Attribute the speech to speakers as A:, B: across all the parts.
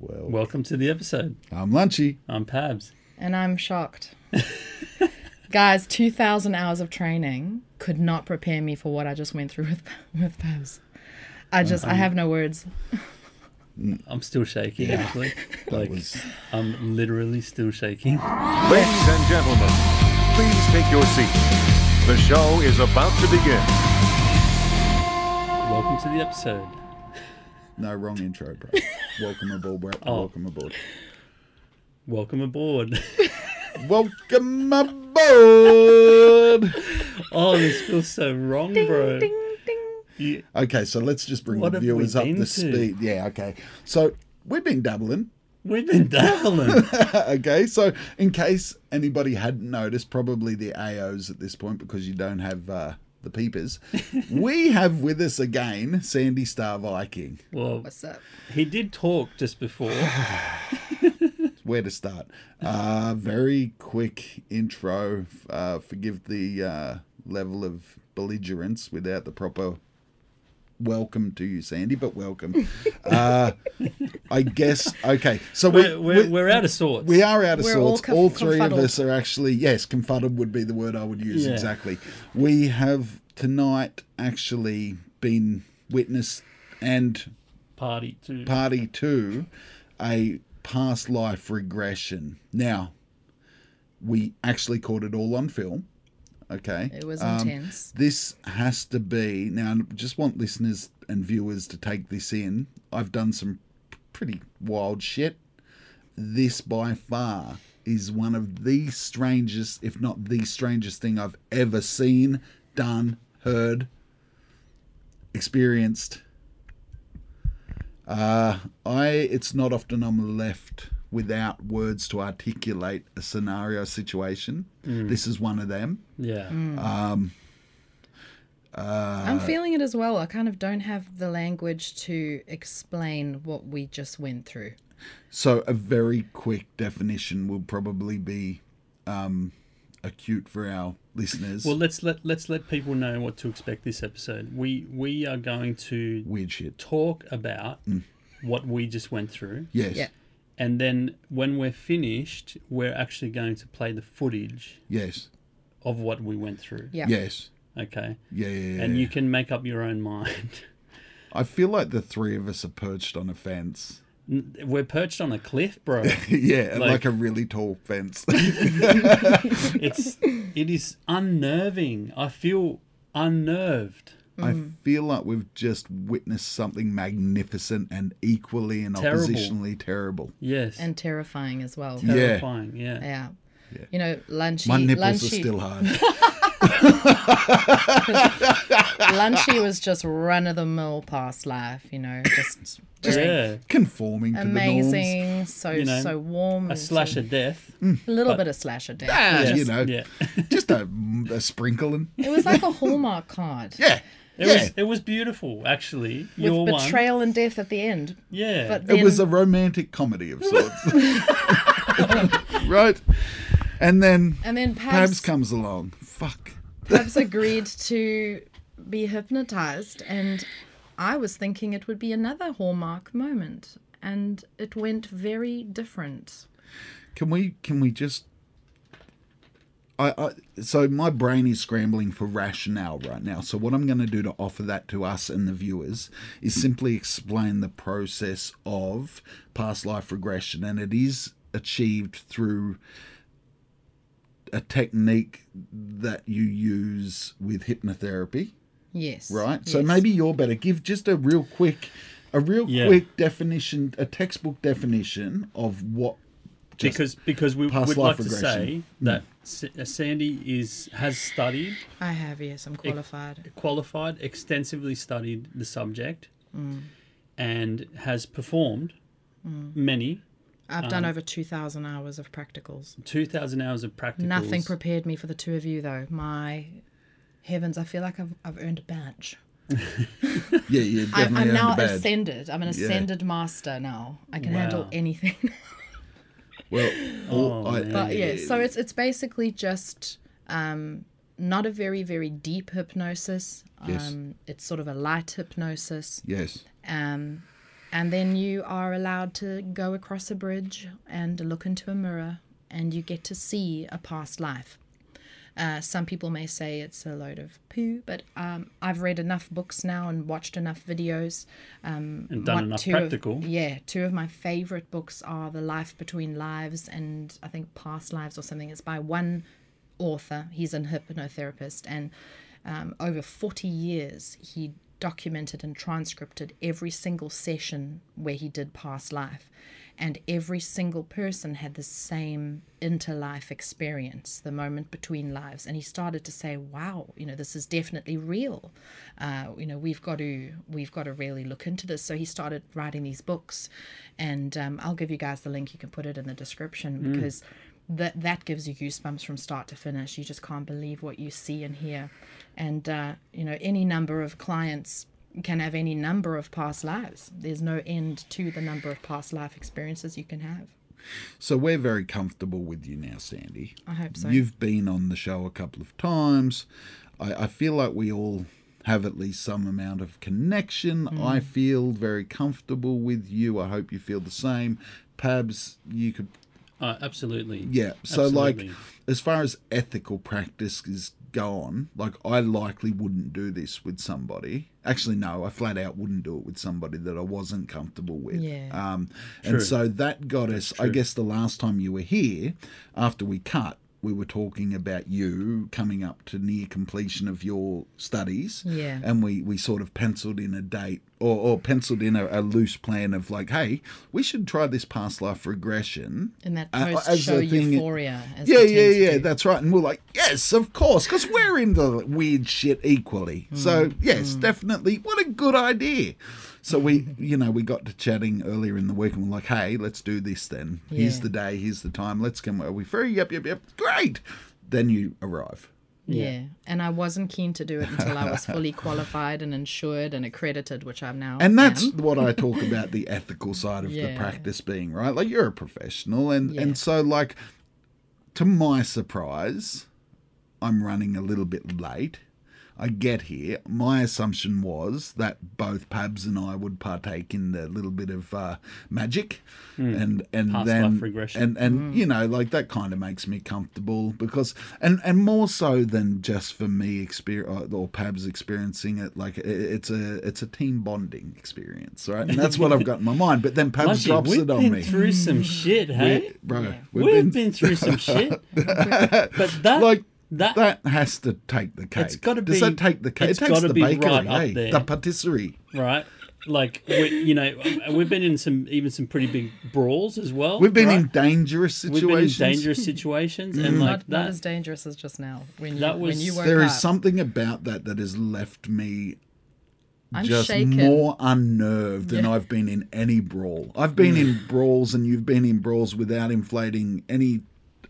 A: Well,
B: Welcome to the episode.
A: I'm Um, Lunchy.
B: I'm Pabs.
C: And I'm shocked. Guys, 2,000 hours of training could not prepare me for what I just went through with, with Pabs. I just,
A: Um,
C: I have no words.
B: I'm still shaking, actually.
A: That
B: Like,
A: was
B: I'm literally still shaking.
D: Ladies and gentlemen, please take your seats. The show is about to begin.
B: Welcome to the episode.
A: no wrong intro, bro. Welcome aboard, bro.
B: Oh.
A: Welcome aboard.
B: Welcome aboard.
A: Welcome aboard.
B: Oh, this feels so wrong, bro.
C: Ding, ding.
B: You-
A: Okay, so let's just bring
B: What
A: the
B: have we
A: viewers up
B: been
A: the
B: to?
A: speed. Yeah, okay. So we've been dabbling.
B: we've been dabbling.
A: okay, so in case anybody hadn't noticed, probably the AOs at this point because you don't have uh, the peepers, we have with us again Sandy Star Viking.
B: well,
C: What's up?
B: he did talk just before.
A: Where to start? Uh, very quick intro. Uh, forgive the uh, level of belligerence without the proper welcome to you, Sandy, but welcome. Uh, I guess, okay, so we-
B: We're, we're, we're out of sorts.
A: We are out of
C: We're all
A: sorts. All,
C: conf-
A: three of
C: confuddled.
A: us are actually yes, confuddled would be the word I would use
B: Yeah.
A: exactly. We have tonight actually been witness and
B: Party to.
A: party to a past life regression. Now, we actually caught it all on film. Okay.
C: It was
A: Um,
C: intense.
A: this has to be now. I Just want listeners and viewers to take this in. I've done some pretty wild shit. This by far is one of the strangest, if not the strangest thing I've ever seen, done, heard, experienced. Uh, I it's not often I'm left without words to articulate a scenario situation. This is one of them.
B: Yeah.
A: Mm. uh,
C: I'm feeling it as well. I kind of don't have the language to explain what we just went through.
A: So a very quick definition will probably be um, acute for our listeners.
B: Well, let's let let's let people know what to expect this episode. We we are going to
A: Weird shit.
B: talk about
A: Mm.
B: what we just went through.
A: Yes.
C: Yeah.
B: And then when we're finished, we're actually going to play the footage
A: Yes.
B: of what we went through.
C: Yeah.
A: Yes.
B: Okay.
A: Yeah, yeah, yeah.
B: And you can make up your own mind.
A: I feel like the three of us are perched on a fence.
B: N- We're perched on a cliff, bro.
A: yeah, like,
B: Like-
A: a really tall fence.
B: It's it is unnerving. I feel unnerved.
A: I
C: Mm.
A: feel like we've just witnessed something magnificent and equally and
B: Terrible.
A: oppositionally terrible.
B: Yes.
C: And terrifying as well.
A: Yeah.
B: terrifying. Yeah.
C: Yeah. You know, lunchy,
A: My nipples
C: lunchy,
A: are still hard.
C: lunchy was just run of the mill past life. You know, just
B: Yeah.
C: very
A: Conforming to the norms.
C: amazing, so
B: You know,
C: so warm,
B: A
C: and
B: slash
C: so-
B: of death.
C: a little bit of slash of death.
A: Ah,
B: Yes,
A: Mm, You know,
B: Yeah.
A: just a, a sprinkling.
C: It was like a Hallmark card.
A: Yeah.
B: It
A: yeah.
B: was it was beautiful actually.
C: With
B: Your one.
C: betrayal and death at the end.
B: Yeah.
C: But then,
A: It was a romantic comedy of sorts. right? And then
C: and then Pabs,
A: Pabs comes along. Fuck.
C: Pabs agreed to be hypnotized, and I was thinking it would be another Hallmark moment, and it went very different.
A: Can we can we just I, I so my brain is scrambling for rationale right now. So what I'm going to do to offer that to us and the viewers is simply explain the process of past life regression and it is achieved through a technique that you use with hypnotherapy.
C: Yes.
A: right? So
C: yes.
A: maybe you're better. Give just a real quick, a real
B: Yeah.
A: quick definition, a textbook definition of what. Just,
B: because because we
A: past
B: would
A: life
B: like to say
A: regression. Mm.
B: that S- uh, Sandy is has studied,
C: I have yes, I'm qualified.
B: qualified, extensively studied the subject,
C: Mm.
B: and has performed many
C: I've
B: um,
C: done over two thousand hours of practicals.
B: two thousand hours of practicals.
C: Nothing prepared me for the two of you though. My heavens, I feel like I've I've earned a badge.
A: yeah, yeah, definitely
C: I, I'm
A: under
C: now
A: bad.
C: ascended. I'm an ascended master now. I can handle
B: Wow.
C: anything.
A: Well, all
B: Oh,
A: I,
B: man.
C: but yeah, so it's it's basically just um, not a very very deep hypnosis. Um,
A: Yes.
C: It's sort of a light hypnosis,
A: yes,
C: um, And then you are allowed to go across a bridge and look into a mirror, and you get to see a past life. Uh, some people may say it's a load of poo, but um, I've read enough books now and watched enough videos. Um,
B: And done
C: one-
B: enough
C: two of-
B: practical.
C: yeah, two of my favorite books are The Life Between Lives and I think Past Lives or something. It's by one author. He's an hypnotherapist, and um, over 40 years, he documented and transcripted every single session where he did past life. And every single person had the same interlife experience, the moment between lives. And he started to say, "Wow, you know, this is definitely real. Uh, you know, we've got to we've got to really look into this." So he started writing these books, and um, I'll give you guys the link. You can put it in the description because that that gives you goosebumps from start to finish. You just can't believe what you see and hear, and uh, you know any number of clients can have any number of past lives. There's no end to the number of past life experiences you can have.
A: So we're very comfortable with you now, Sandy.
C: I hope so.
A: You've been on the show a couple of times. I, I feel like we all have at least some amount of connection.
C: Mm.
A: I feel very comfortable with you. I hope you feel the same. Pabs, you could
B: Uh, absolutely.
A: yeah. So
B: Absolutely.
A: like as far as ethical practice is gone, like I likely wouldn't do this with somebody. Actually no, I flat out wouldn't do it with somebody that I wasn't comfortable with.
C: Yeah.
A: Um
B: True.
A: and so that got us I guess the last time you were here after we cut we were talking about you coming up to near completion of your studies
C: Yeah.
A: and we, we sort of penciled in a date or, or penciled in a, a loose plan of like hey we should try this past life regression
C: In that
A: Uh,
C: post
A: as
C: show
A: a thing-
C: euphoria. As
A: yeah,
C: we
A: yeah,
C: tend to
A: yeah.
C: do.
A: That's right. And we're like, yes, of course, because we're into weird shit equally.
C: Hmm,
A: So yes, definitely. What a good idea. So we, you know, we got to chatting earlier in the week, and we're like, hey, let's do this then. Here's
C: Yeah.
A: the day. Here's the time. Let's come. Are we free? Yep, yep, yep. Great. Then you arrive.
C: Yeah. And I wasn't keen to do it until I was fully qualified and insured and accredited, which I'm now.
A: And that's
C: am.
A: what I talk about the ethical side of the
C: Yeah.
A: practice being, right? Like you're a professional and
C: Yeah.
A: and so like to my surprise, I'm running a little bit late. I get here. My assumption was that both Pabs and I would partake in the little bit of uh, magic, and and
B: Hmm. Past
A: then
B: life regression. Hmm.
A: and and you know like that kind of makes me comfortable because and and more so than just for me experience or Pabs experiencing it like it, it's a it's a team bonding experience, right? And that's what I've got in my mind. But then Pabs
B: Lucky,
A: drops
B: we've
A: it on
B: been
A: me,
B: through some
C: Mm.
B: shit, hey?
A: bro.
C: Yeah.
B: We've, been... through some shit. but that,
A: like
B: that,
A: that, has to take the cake.
B: It's gotta
A: Does
B: be-
A: that take the cake?
B: it's
A: it takes
B: gotta
A: the
B: be
A: bakery,
B: right up
A: hey,
B: there.
A: the patisserie.
B: right? Like, we, you know, we've been in some, even some pretty big brawls as well.
A: We've been
B: right?
A: in dangerous
B: We've been in
A: situations. Mm.
B: dangerous situations, and
C: Not,
B: like
C: not as
B: that.
C: dangerous as just now when you,
B: That was-
C: when you woke
A: There
C: up.
A: is something about that that has left me
C: I'm
A: just
C: shaken.
A: more unnerved than I've been in any brawl. I've been in brawls, and you've been in brawls without inflating any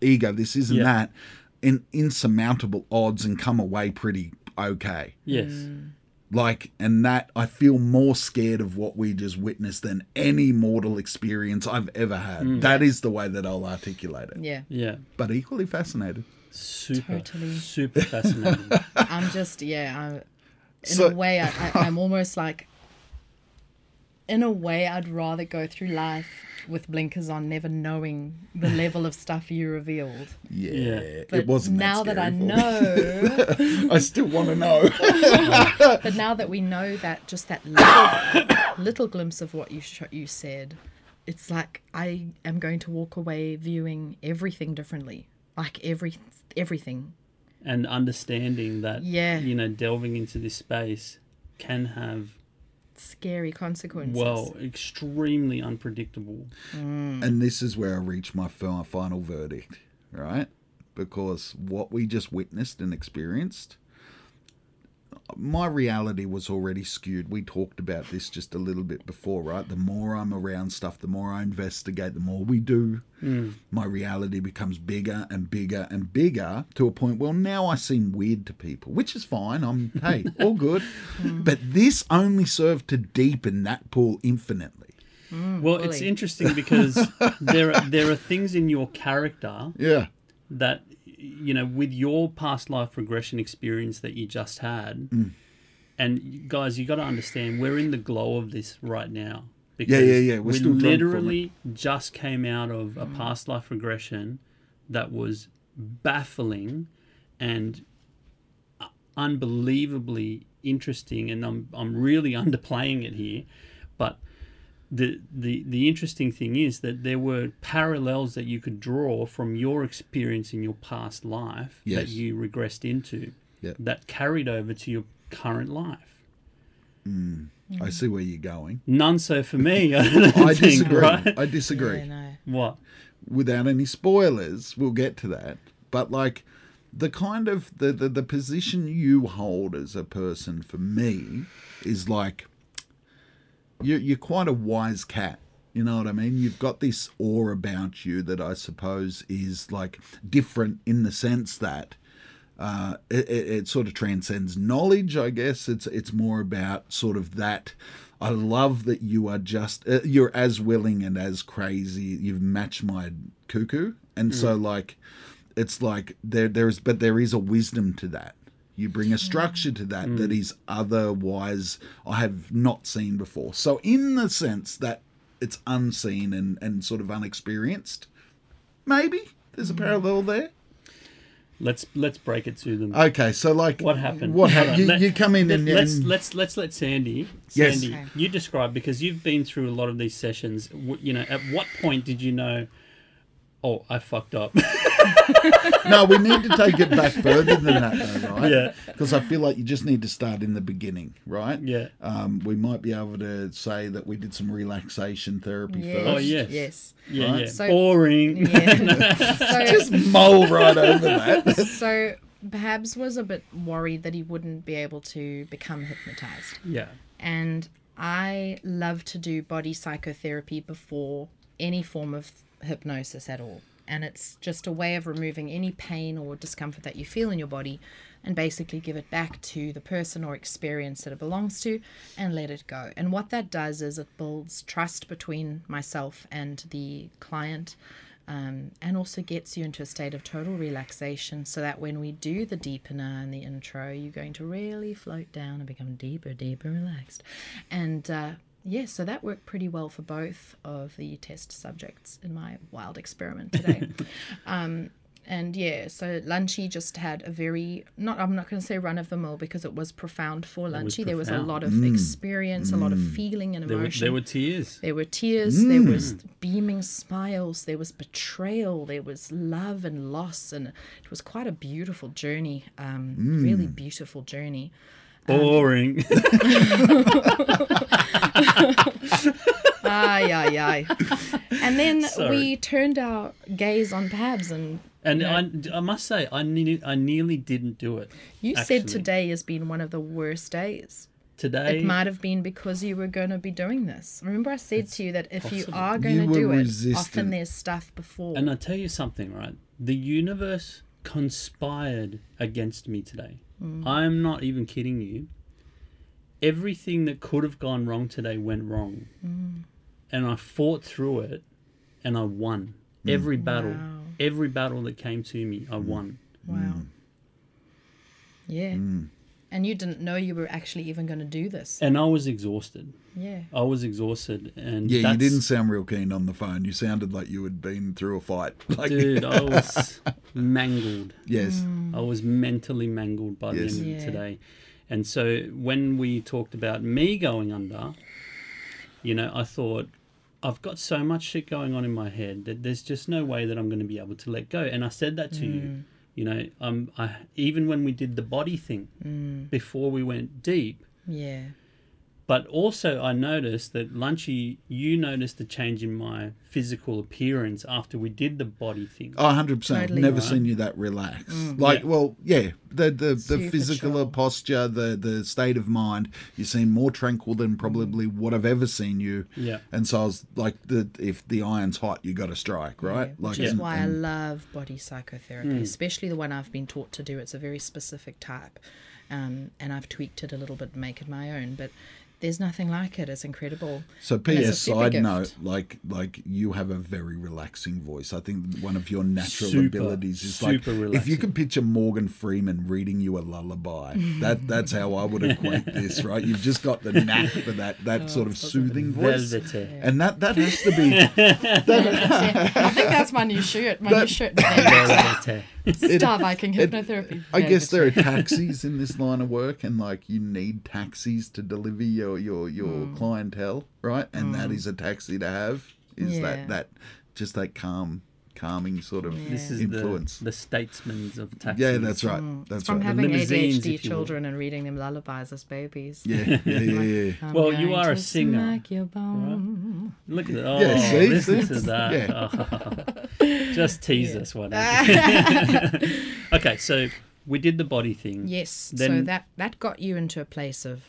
A: ego. This isn't
B: Yeah.
A: that. In insurmountable odds, and come away pretty okay.
B: Yes.
C: Mm.
A: Like, and that I feel more scared of what we just witnessed than any mortal experience I've ever had. That is the way that I'll articulate it.
C: Yeah.
B: Yeah.
A: But equally fascinated.
B: Super,
C: Totally.
B: super fascinating.
C: I'm just yeah. I'm, in
A: So-
C: a way, I, I, I'm almost like. In a way, I'd rather go through life with blinkers on, never knowing the level of stuff you revealed.
A: Yeah.
B: Yeah.
C: But
A: it wasn't
C: now
A: that,
C: that I
A: scary for me.
C: know,
A: I still want to know.
C: but now that we know that just that little, little glimpse of what you sh- you said, it's like I am going to walk away viewing everything differently, like every everything.
B: and understanding that,
C: Yeah.
B: you know, delving into this space can have,
C: Scary consequences.
B: well, extremely unpredictable.
A: and this is where I reach my fi- final verdict, right? Because what we just witnessed and experienced, my reality was already skewed. We talked about this just a little bit before, right? The more I'm around stuff, the more I investigate, the more we do, my reality becomes bigger and bigger and bigger to a point, well, now I seem weird to people, which is fine. I'm, hey, all good. But this only served to deepen that pool infinitely.
B: Well, it's
C: Hmm, fully.
B: interesting because there are, there are things in your character
A: Yeah.
B: that you know with your past life regression experience that you just
A: Hmm.
B: had and you- guys you got to understand we're in the glow of this right now Because
A: yeah, yeah. We're
B: we
A: still drunk from it.
B: literally just came out of
C: Hmm.
B: a past life regression that was baffling and u- unbelievably interesting. And I'm, I'm really underplaying it here. But the, the, the interesting thing is that there were parallels that you could draw from your experience in your past life that
A: Yes.
B: you regressed into
A: Yep.
B: that carried over to your current life.
A: I see where you're going.
B: None so for me. I, don't
A: I
B: think,
A: disagree.
B: Right?
A: I disagree.
C: Yeah, no.
B: What?
A: without any spoilers. We'll get to that. But like the kind of the, the, the position you hold as a person for me is like you're, you're quite a wise cat. You know what I mean? You've got this awe about you that I suppose is like different in the sense that uh, it, it, it sort of transcends knowledge, I guess. It's it's more about sort of that. I love that you are just uh, you're as willing and as crazy. You've matched my cuckoo, and so like, it's like there there is, but there is a wisdom to that. You bring a structure to that that is otherwise I have not seen before. So in the sense that it's unseen and and sort of unexperienced, maybe there's a parallel there.
B: Let's let's break it to them.
A: Okay, so like
B: what happened?
A: What
B: Hold
A: happened?
B: on,
A: You,
B: let-
A: you come in
B: let-
A: and,
B: let's
A: and-
B: let's let's let Sandy.
A: Yes.
B: Sandy,
C: Okay.
B: you describe because you've been through a lot of these sessions. W- You know, at what point did you know? Oh, I fucked up.
A: no, we need to take it back further than that, though, right?
B: Yeah.
A: Because I feel like you just need to start in the beginning, right?
B: Yeah.
A: Um, we might be able to say that we did some relaxation therapy
C: Yes.
A: first.
B: Oh, yes.
C: Yes.
B: yeah,
A: Right.
B: yeah.
C: So-
B: Boring.
C: Yeah. so,
A: Just mull right over that.
C: so Babs was a bit worried that he wouldn't be able to become hypnotized.
B: Yeah.
C: And I love to do body psychotherapy before any form of hypnosis at all. And it's just a way of removing any pain or discomfort that you feel in your body and basically give it back to the person or experience that it belongs to and let it go. And what that does is it builds trust between myself and the client um, and also gets you into a state of total relaxation so that when we do the deepener and the intro, you're going to really float down and become deeper, deeper relaxed. And uh, yeah, so that worked pretty well for both of the test subjects in my wild experiment today. um, and yeah, so Lunchy just had a very, not I'm not going to say run of the mill because it was profound for Lunchy.
B: was
C: There was a
B: profound. Mm.
C: lot of experience, a lot of feeling and
B: There were,
C: emotion.
B: there were tears.
C: There were tears, there
B: Mm.
C: was beaming smiles, there was betrayal, there was love and loss, and it was quite a beautiful journey, um, really
B: Mm.
C: beautiful journey.
A: Um,
B: Boring.
C: Ay, ay, ay. And then
B: Sorry.
C: we turned our gaze on Pabs, and
B: and I, I must say, I ne- I nearly didn't do it.
C: you said
B: Actually.
C: today has been one of the worst days.
B: Today.
C: It might have been because you were going to be doing this. Remember, I said to you that if you
B: possible.
C: are going
A: You
C: to
A: were
C: do it, often
A: resistant.
C: there's stuff before.
B: And I tell you something, right? The universe conspired against me today. I'm not even kidding you. Everything that could have gone wrong today went wrong. And I fought through it and I won. Every battle,
C: Wow.
B: every battle that came to me,
A: Mm.
B: I won.
C: Wow. Yeah.
A: Mm.
C: And you didn't know you were actually even going to do this.
B: And I was exhausted.
C: Yeah.
B: I was exhausted. And
A: Yeah, you
B: that's-
A: didn't sound real keen on the phone. You sounded like you had been through a fight. Like,
B: Dude, I was mangled.
A: yes,
B: I was mentally mangled by
A: Yes.
B: the end
C: Yeah.
B: of today. And so when we talked about me going under, you know, I thought, I've got so much shit going on in my head that there's just no way that I'm going to be able to let go. And I said that to you. You know, um, I, even when we did the body thing before we went deep,
C: Yeah.
B: but also I noticed that Lunchy, you noticed the change in my physical appearance after we did the body thing.
A: oh, 100%.
C: Totally
A: Never
C: right. Mm.
A: seen you that relaxed. like,
B: Yeah.
A: well, yeah, the the, the
C: Super
A: physical
C: chill.
A: posture, the, the state of mind, you seem more tranquil than probably
C: Mm.
A: what I've ever seen you.
B: Yeah.
A: And so I was like, the, if the iron's hot, you got to strike, right?
C: Yeah,
A: like,
C: Which is
A: and-
C: why I
A: and-
C: love body psychotherapy,
B: Hmm.
C: especially the one I've been taught to do. It's a very specific type, um, and I've tweaked it a little bit, to make it my own. But There's nothing like it. It's incredible.
A: So,
C: And it's a
A: P.S.
C: super
A: Side
C: gift.
A: note, like like you have a very relaxing voice. I think one of your natural
B: Super,
A: abilities is like
B: super
A: if you
B: relaxing.
A: could picture Morgan Freeman reading you a lullaby. That that's how I would equate this, right? You've just got the knack for that
C: Oh,
A: that sort of soothing voice,
B: Velvety.
A: and that that has to be.
C: I think that's my new shirt. My new
A: That-
C: shirt.
B: Velvety.
C: Star Viking
A: it-
C: hypnotherapy.
A: I guess
C: Velvet.
A: there are taxis in this line of work, and like you need taxis to deliver your your your
C: Hmm.
A: clientele, right? And that is a taxi to have. Is
C: Yeah.
A: that that just that calm, calming sort of
B: This is
A: influence?
B: the the statesmen of taxis.
A: yeah, that's right. That's
C: Hmm. From
A: right.
C: having
B: limousines,
C: ADHD
B: if you will.
C: children and reading them lullabies as babies.
A: yeah, yeah, yeah, yeah.
C: I'm
B: Well, you
C: going
B: are a
C: to
B: singer,
C: smack your bone.
B: Look at that. Oh, uh,
A: Yeah, see?
B: listen
A: See?
B: to that. Just tease us one. okay, so we did the body thing.
C: Yes. so
B: Then-
C: that that got you into a place of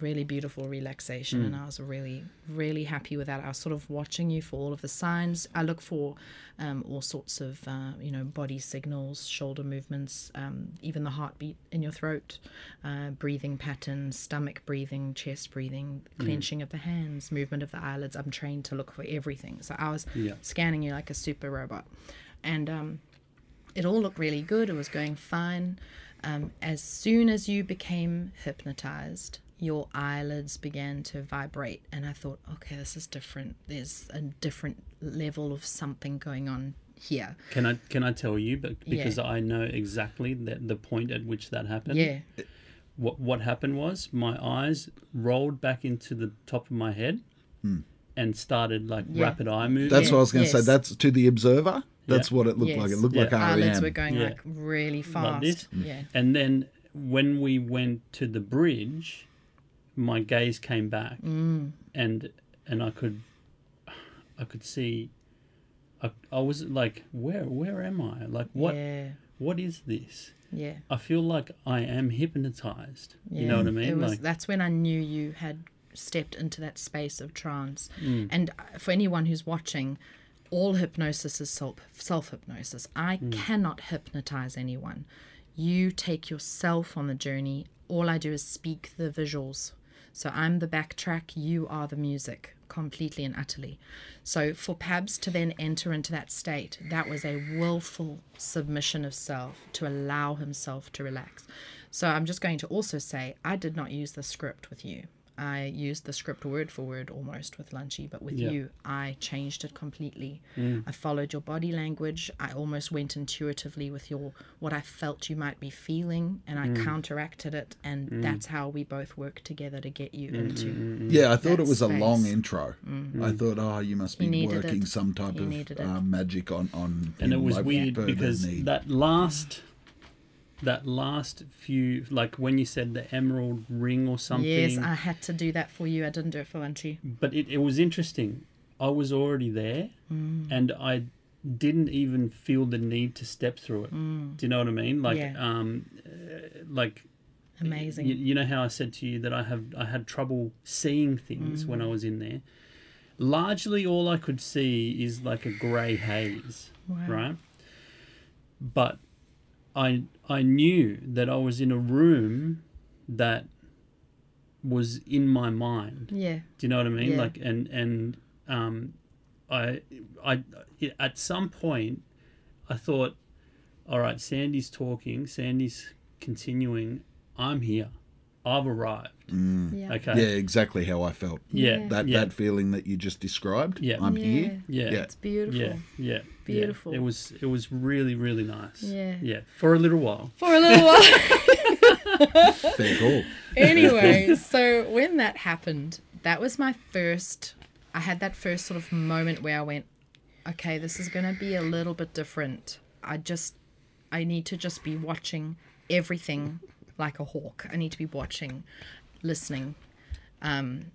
C: really beautiful relaxation, and
B: Hmm.
C: I was really really happy with that. I was sort of watching you for all of the signs. I look for um, all sorts of uh, you know body signals, shoulder movements, um, even the heartbeat in your throat, uh, breathing patterns, stomach breathing, chest breathing,
B: Hmm.
C: clenching of the hands, movement of the eyelids. I'm trained to look for everything. So I was
B: Yeah.
C: scanning you like a super robot, and um, it all looked really good. It was going fine. Um, as soon as you became hypnotized, your eyelids began to vibrate, and I thought, okay, this is different. There's a different level of something going on here.
B: Can I can I tell you? But because
C: Yeah.
B: I know exactly that the point at which that happened.
C: Yeah.
B: What what happened was my eyes rolled back into the top of my head and started like
C: Yeah.
B: rapid eye movement.
A: Hmm. That's what I was going to
C: Yes.
A: say. That's to the observer. That's what it looked
C: Yes. Ah,
A: like. It looked
B: Yeah.
A: like
C: Eyelids
A: REM.
C: were going
B: Yeah.
C: like really fast.
B: this?
C: Yeah.
B: And then when we went to the bridge, my gaze came back,
C: Mm.
B: and and I could, I could see, I, I was like, where where am I? Like what
C: Yeah.
B: what is this?
C: Yeah.
B: I feel like I am hypnotized. You know
C: Yeah.
B: what I mean?
C: It was,
B: like
C: that's when I knew you had stepped into that space of trance.
B: Mm.
C: And uh, for anyone who's watching, all hypnosis is self self hypnosis. I
B: Mm.
C: cannot hypnotize anyone. You take yourself on the journey. All I do is speak the visuals. So I'm the backtrack, you are the music, completely and utterly. So for Pabs to then enter into that state, that was a willful submission of self to allow himself to relax. So I'm just going to also say I did not use the script with you. I used the script word for word almost with Lunchy, but with
B: Yeah. Mm.
C: you, I changed it completely. I followed your body language. I almost went intuitively with your what I felt you might be feeling, and I
B: Mm.
C: counteracted it. And that's how we both worked together to get you
B: Mm-hmm.
C: into.
A: Yeah, I thought it
C: that
A: was a long
C: space. Hmm.
A: intro. I thought, oh, you must be
C: needed
A: working
C: it.
A: some type
C: He needed
A: of
C: it.
A: uh, magic on on.
B: and it
A: him,
B: was
A: like,
B: weird
A: further
B: because
A: need.
B: that last that last few like when you said the emerald ring or something
C: Yes, I had to do that for you. I didn't do it for Lunchy.
B: but it, it was interesting i was already there
C: Mm.
B: and i didn't even feel the need to step through it do you know what i mean like
C: Mm. Yeah.
B: um uh, like
C: Amazing.
B: You, you know how I said to you that I have I had trouble seeing things
C: Mm.
B: when I was in there. Largely, all I could see is like a grey haze,
C: Wow.
B: right? But I I knew that I was in a room that was in my mind.
C: yeah.
B: Do you know what I mean?
C: Yeah.
B: Like and and um, I I at some point I thought, all right, Sandy's talking, Sandy's continuing. I'm here. I've arrived.
C: Yeah.
B: Okay.
A: yeah, exactly how I felt.
B: Yeah.
C: Yeah.
A: That
B: yeah.
A: that feeling that you just described.
B: Yeah.
A: I'm
C: yeah.
A: here.
B: Yeah.
A: Yeah.
C: It's beautiful.
B: yeah. Yeah.
C: Beautiful.
B: It was it was really really nice.
C: Yeah.
B: Yeah. For a little while.
C: For a little while.
A: Fair call.
C: anyway, so when that happened, that was my first. I had that first sort of moment where I went, okay, this is going to be a little bit different. I just, I need to just be watching everything like a hawk. I need to be watching, listening. Um,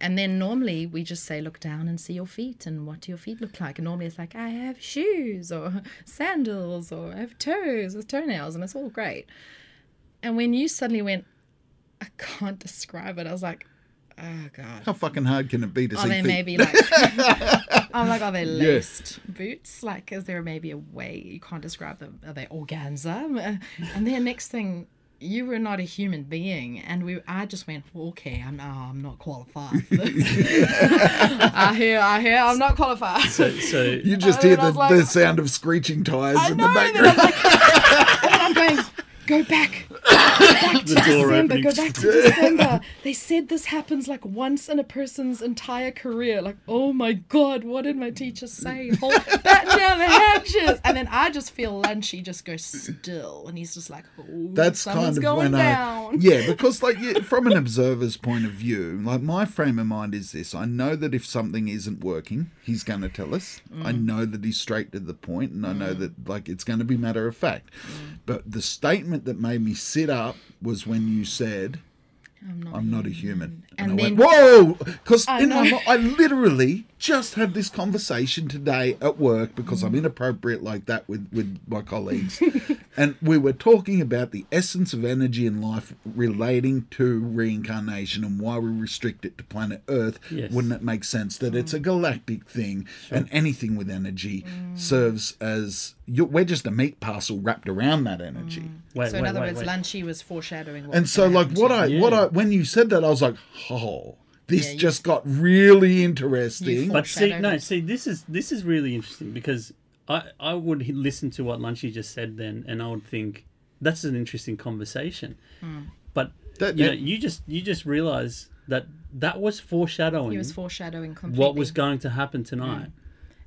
C: And then normally we just say, look down and see your feet and what do your feet look like? And normally it's like, I have shoes or sandals or I have toes with toenails and it's all great. And when you suddenly went, I can't describe it, I was like, oh God.
A: How fucking hard can it be to
C: Are
A: see
C: they
A: feet?
C: maybe like, I'm like, are they laced boots? Like, is there maybe a way you can't describe them? Are they organza? And then next thing, you were not a human being and we i just went well, okay i'm oh, i'm not qualified for this. i hear i hear i'm not qualified
B: So, so
A: You just
C: mean,
A: hear
C: I
A: the,
C: was like-
A: the sound of screeching tires
C: I
A: in
C: know,
A: the
C: and
A: background.
C: then I'm like- and then I'm going, go back, go back
B: The
C: to
B: door
C: December, go
B: opening.
C: back to December. They said this happens like once in a person's entire career. Like, oh my God, what did my teacher say? Hold back down the hatches. And then I just feel lunchy just go still. And he's just like, oh,
A: That's kind
C: someone's
A: of
C: going
A: when I
C: down.
A: yeah, because like you, from an observer's point of view, like my frame of mind is this: I know that if something isn't working, he's going to tell us. I
C: Mm.
A: know that he's straight to the point, and I know that like it's going to be matter of fact.
C: Mm.
A: But the statement that made me sit up was when you said.
C: I'm not.
A: I'm not a human. And,
C: And
A: I
C: then-
A: went, whoa! Because
C: I
A: in my
C: know.
A: mi- I literally just had this conversation today at work because
C: Mm.
A: I'm inappropriate like that with, with my colleagues. and we were talking about the essence of energy in life relating to reincarnation and why we restrict it to planet Earth.
B: Yes.
A: Wouldn't it make sense that
C: Mm.
A: it's a galactic thing and anything with energy serves as you we're just a meat parcel wrapped around that energy.
B: wait,
C: so in
B: wait,
C: other
B: wait,
C: words,
B: wait.
C: lunchy was foreshadowing. What
A: And
C: was
A: so,
C: gonna
A: like,
C: happen to
A: what
C: you.
A: I, what
B: Yeah.
A: I, when you said that, I was like, oh, this
C: Yeah, you-
A: just got really interesting.
C: thought-
B: But see,
C: shadow
B: no,
C: bit.
B: see, this is this is really interesting because I I would h- listen to what Lunchy just said then, and I would think that's an interesting conversation.
C: Hmm.
B: But
A: That-
B: you
A: that-
B: know, you just you just realize that that was foreshadowing
C: He was foreshadowing completely.
B: what was going to happen tonight.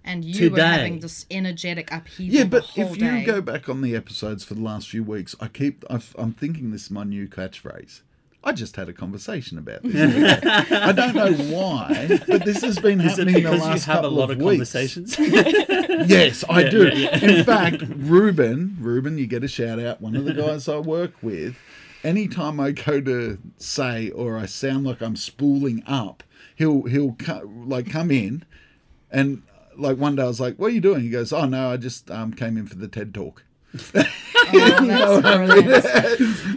C: and you were
B: today.
C: having this energetic upheaval.
A: yeah, but
C: the whole
A: if you
C: day.
A: go back on the episodes for the last few weeks, I keep, I've, I'm thinking this is my new catchphrase. I just had a conversation about this. I don't know why, but this has been
B: Is it
A: happening the
B: because
A: last
B: you have a
A: couple
B: lot of,
A: weeks.
B: conversations?
A: Yes, I
B: Yeah,
A: do.
B: yeah,
A: In fact, Ruben, Ruben, you get a shout out. One of the guys I work with. Anytime I go to say or I sound like I'm spooling up, he'll he'll co- like come in, and like one day I was like, "What are you doing?" He goes, "Oh no, I just um, came in for the TED talk."
C: Oh, that's brilliant.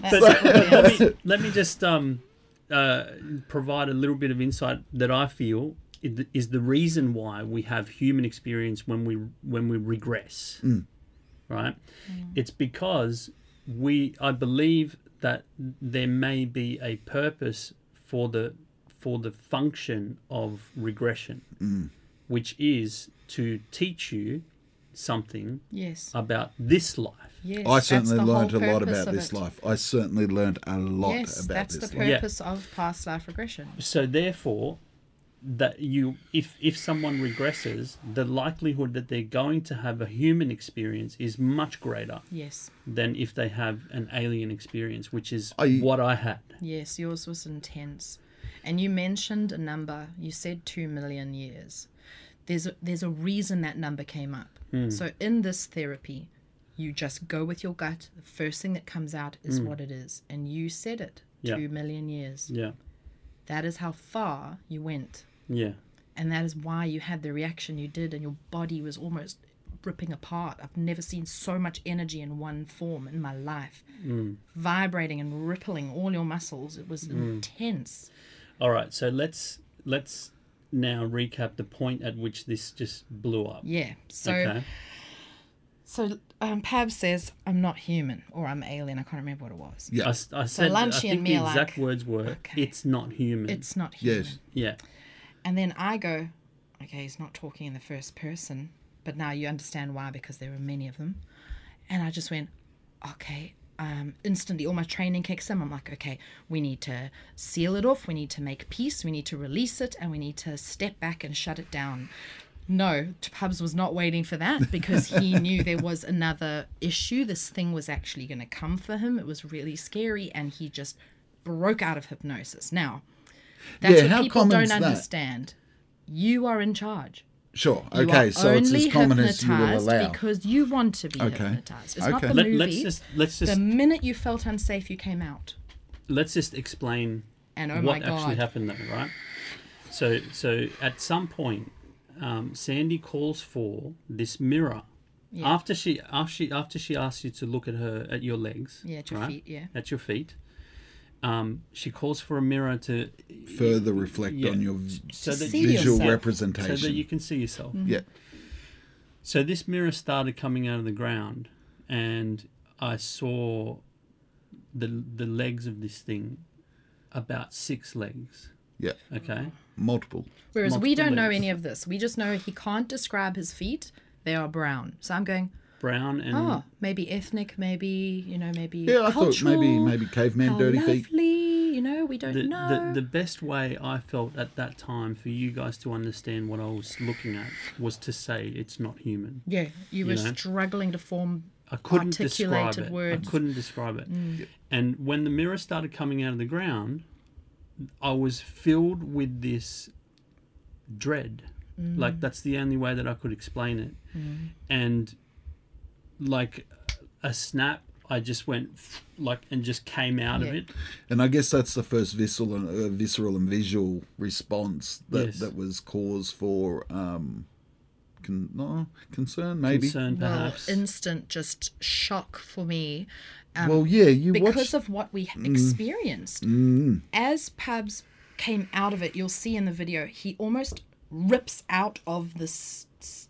B: But-
C: That's
B: but
C: brilliant.
B: let, me, let me just um, uh, provide a little bit of insight that I feel i- is the reason why we have human experience when we when we regress, right? It's because we I believe that there may be a purpose for the for the function of regression, which is to teach you something
C: Yes.
B: about this life.
C: Yes,
A: I
C: that's
A: certainly
C: the whole
A: learned a lot
C: purpose
A: about
C: of
A: this
C: it.
A: life. I certainly learned a lot
C: Yes,
A: about
C: that's the
A: this life.
B: Yeah.
C: purpose of past life regression.
B: so therefore that you if if someone regresses the likelihood that they're going to have a human experience is much greater
C: Yes,
B: than if they have an alien experience which is
A: I-
B: what i had
C: yes, yours was intense, and you mentioned a number. You said two million years. There's a, there's a reason that number came up.
B: Hmm.
C: So in this therapy, you just go with your gut. The first thing that comes out is what it is, and you said it.
B: Hmm. Yeah.
C: Two million years.
B: yeah
C: That is how far you went.
B: yeah
C: and that is why you had the reaction you did and your body was almost ripping apart i've never seen so much energy in one form in my life vibrating and rippling all your muscles it was intense
B: all right so let's let's now recap the point at which this just blew up
C: yeah so
B: okay
C: so um, pab says i'm not human or i'm alien i can't remember what it was
A: Yeah.
B: I, s- I said i
C: Lunchy and
B: think
C: me
B: the
C: are
B: exact
C: like,
B: words were
C: okay.
B: it's not human
C: it's not human
A: Yes.
B: yeah
C: and then i go okay he's not talking in the first person but now you understand why because there were many of them and I just went, okay. Um, instantly, all my training kicks in. I'm like, okay, we need to seal it off. We need to make peace. We need to release it, and we need to step back and shut it down. No, Tubbs was not waiting for that because he knew there was another issue. This thing was actually going to come for him. It was really scary, and he just broke out of hypnosis. Now, that's
A: Yeah,
C: what
A: how
C: people
A: common
C: don't
A: is that?
C: understand. You are in charge.
A: Sure.
C: You
A: Okay.
C: are
A: So it's
C: only
A: as common as you will
C: hypnotized
A: allow.
C: because you want to be
A: Okay.
C: hypnotized. It's not
A: Okay.
C: the
B: Let,
C: movie.
B: let's just let's just
C: the minute you felt unsafe, you came out.
B: let's just explain
C: And oh
B: what
C: my god,
B: actually happened though, right? So, so at some point, um, Sandy calls for this mirror.
C: Yeah.
B: After she, after she, after she asks you to look at her at your legs.
C: Yeah, at your feet, yeah.
B: At your feet. Um, she calls for a mirror to
A: Further reflect
B: Yeah.
A: on your v-
B: so that
C: see
B: you,
A: visual
C: yourself.
A: representation.
B: so that you can see yourself.
C: Mm-hmm.
A: yeah.
B: So this mirror started coming out of the ground, and I saw the the legs of this thing about six legs.
A: Yeah.
B: Okay.
C: Oh.
A: Multiple.
C: Whereas we
B: Multiple
C: don't know
B: legs.
C: any of this. We just know he can't describe his feet. They are brown. So I'm going,
B: Brown and
C: oh, maybe ethnic, maybe, you know, maybe
A: Hmm. Yeah, I thought
C: cultural,
A: maybe maybe caveman
C: how
A: dirty
C: lovely,
A: feet.
C: you know, we don't
B: the,
C: know.
B: the the best way I felt at that time for you guys to understand what I was looking at was to say it's not human.
C: yeah, you were
B: know.
C: struggling to form
B: I couldn't describe
C: articulated
B: it.
C: words. Mm.
B: I couldn't describe it. And when the mirror started coming out of the ground, I was filled with this dread.
C: Mm.
B: Like that's the only way that I could explain it. And like a snap, I just went like and just came out of
C: Yeah.
B: it.
A: And I guess that's the first visceral and, uh, visceral and visual response that,
B: Yes.
A: that was cause for um, con- no, concern, maybe.
B: Concern perhaps.
C: Well, instant just shock for me um,
A: Well, yeah, you
C: because
A: watched.
C: of what we
A: Mm.
C: experienced. As Pabs came out of it, you'll see in the video, he almost rips out of this s-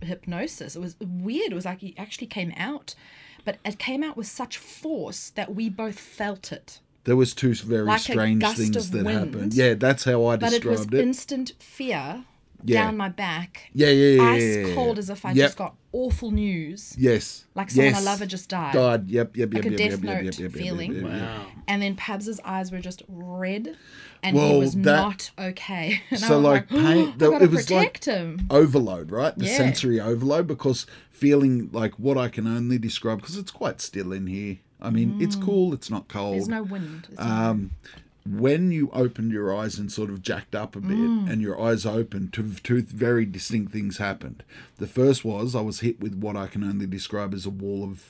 C: hypnosis. It was weird. It was like he actually came out, but it came out with such force that we both felt it.
A: there was two very
C: like a
A: strange
C: gust
A: things
C: of
A: that happened.
C: wind,
A: Yeah, that's how I
C: But it was
A: described it.
C: instant fear
A: Yeah.
C: down my back.
A: Yeah, yeah, yeah, yeah,
C: Ice
A: yeah,
C: cold
A: yeah.
C: as if I
A: Yep.
C: just got awful news.
A: Yes.
C: Like someone I
A: yes.
C: love had just died.
A: Died. Yep. Yep. Yep.
C: Like a
A: yep, yep,
C: Death
A: yep,
C: Note
A: yep, yep, yep,
C: feeling.
A: yep, yep, yep.
B: wow.
C: And then Pabs's eyes were just red, and he
A: Well,
C: was
A: that-
C: not okay. And I
A: so,
C: was
A: like, pain-
C: I
A: though,
C: gotta
A: it was like-
C: protect him.
A: Overload, right? The
C: Yeah.
A: sensory overload because feeling like what I can only describe because it's quite still in here. I mean, it's cool. It's not cold.
C: Mm. There's no wind. There's no-
A: uh, Um, when you opened your eyes and sort of jacked up a bit
C: Mm.
A: and your eyes opened, two, two very distinct things happened. The first was I was hit with what I can only describe as a wall of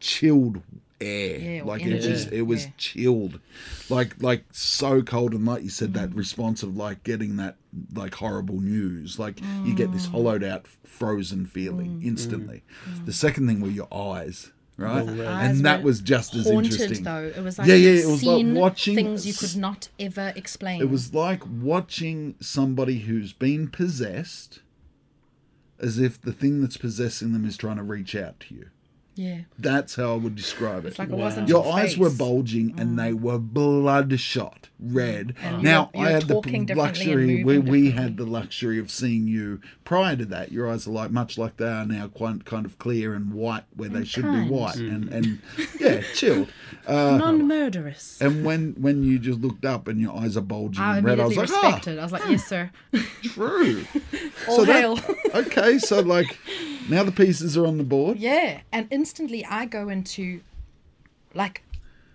A: chilled air.
C: Yeah, or
A: like it was
B: energy.
A: it was
C: Yeah.
A: chilled. Like like so cold and like you said, that
C: Mm.
A: response of like getting that like horrible news. Like you get
C: Mm.
A: this hollowed out frozen feeling instantly. The second thing were your eyes, right?
B: Well,
C: The eyes
A: and that
C: were
A: was just as
C: haunted,
A: interesting.
C: though. It was like
A: Yeah,
C: yeah,
A: yeah,
C: yeah,
A: it was like
C: seen
A: watching
C: things you
A: s-
C: could not ever explain.
A: It was like watching somebody who's been possessed as if the thing that's possessing them is trying to reach out to you.
C: yeah,
A: That's how I would describe it.
C: it's like it
B: Wow.
C: wasn't
A: your
C: your
A: eyes
C: face. Mm.
A: were bulging and they were bloodshot red.
C: And
A: now I
C: you're- you're
A: had the
C: talking
A: p-
C: differently and
A: luxury
C: moving
A: we, we had the
C: differently.
A: luxury of seeing you prior to that. Your eyes are like much like they are now, quite kind of clear and white where they should
C: kind.
A: be white and, and
C: Mm.
A: yeah, chilled.
C: non-murderous.
A: And when when you just looked up and your eyes are bulging
C: I
A: red, I
C: immediately
A: was like, ah,
C: respected. I was like, yes, sir.
A: true.
C: All
A: that-
C: hail.
A: okay, so like now the pieces are on the board.
C: Yeah, and instantly I go into like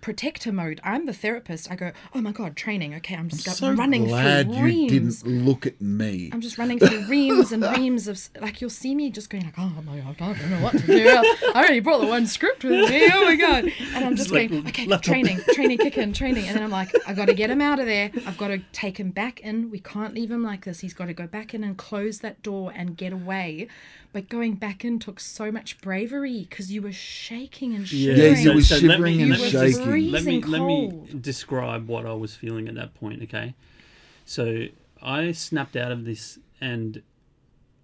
C: protector mode. I'm the therapist. I go, oh my god, training. Okay, I'm just go-
A: so
C: running
A: glad
C: through
A: you
C: reams.
A: didn't look at me.
C: I'm just running through reams and reams of s- like you'll see me just going like, oh my god, I don't know what to do. I already brought the one script with me. Oh my god, and I'm just
B: like,
C: going, okay,
B: laptop.
C: training, training, kick in, training, and then I'm like, I got to get him out of there. I've got to take him back in. We can't leave him like this. He's got to go back in and close that door and get away. But going back in took so much bravery because you were shaking and shivering.
A: Yeah, you were
B: so let
A: shivering and
B: let
A: shaking.
B: just- Let me,
C: Freezing
B: let me
C: cold.
B: describe what I was feeling at that point, okay? So I snapped out of this, and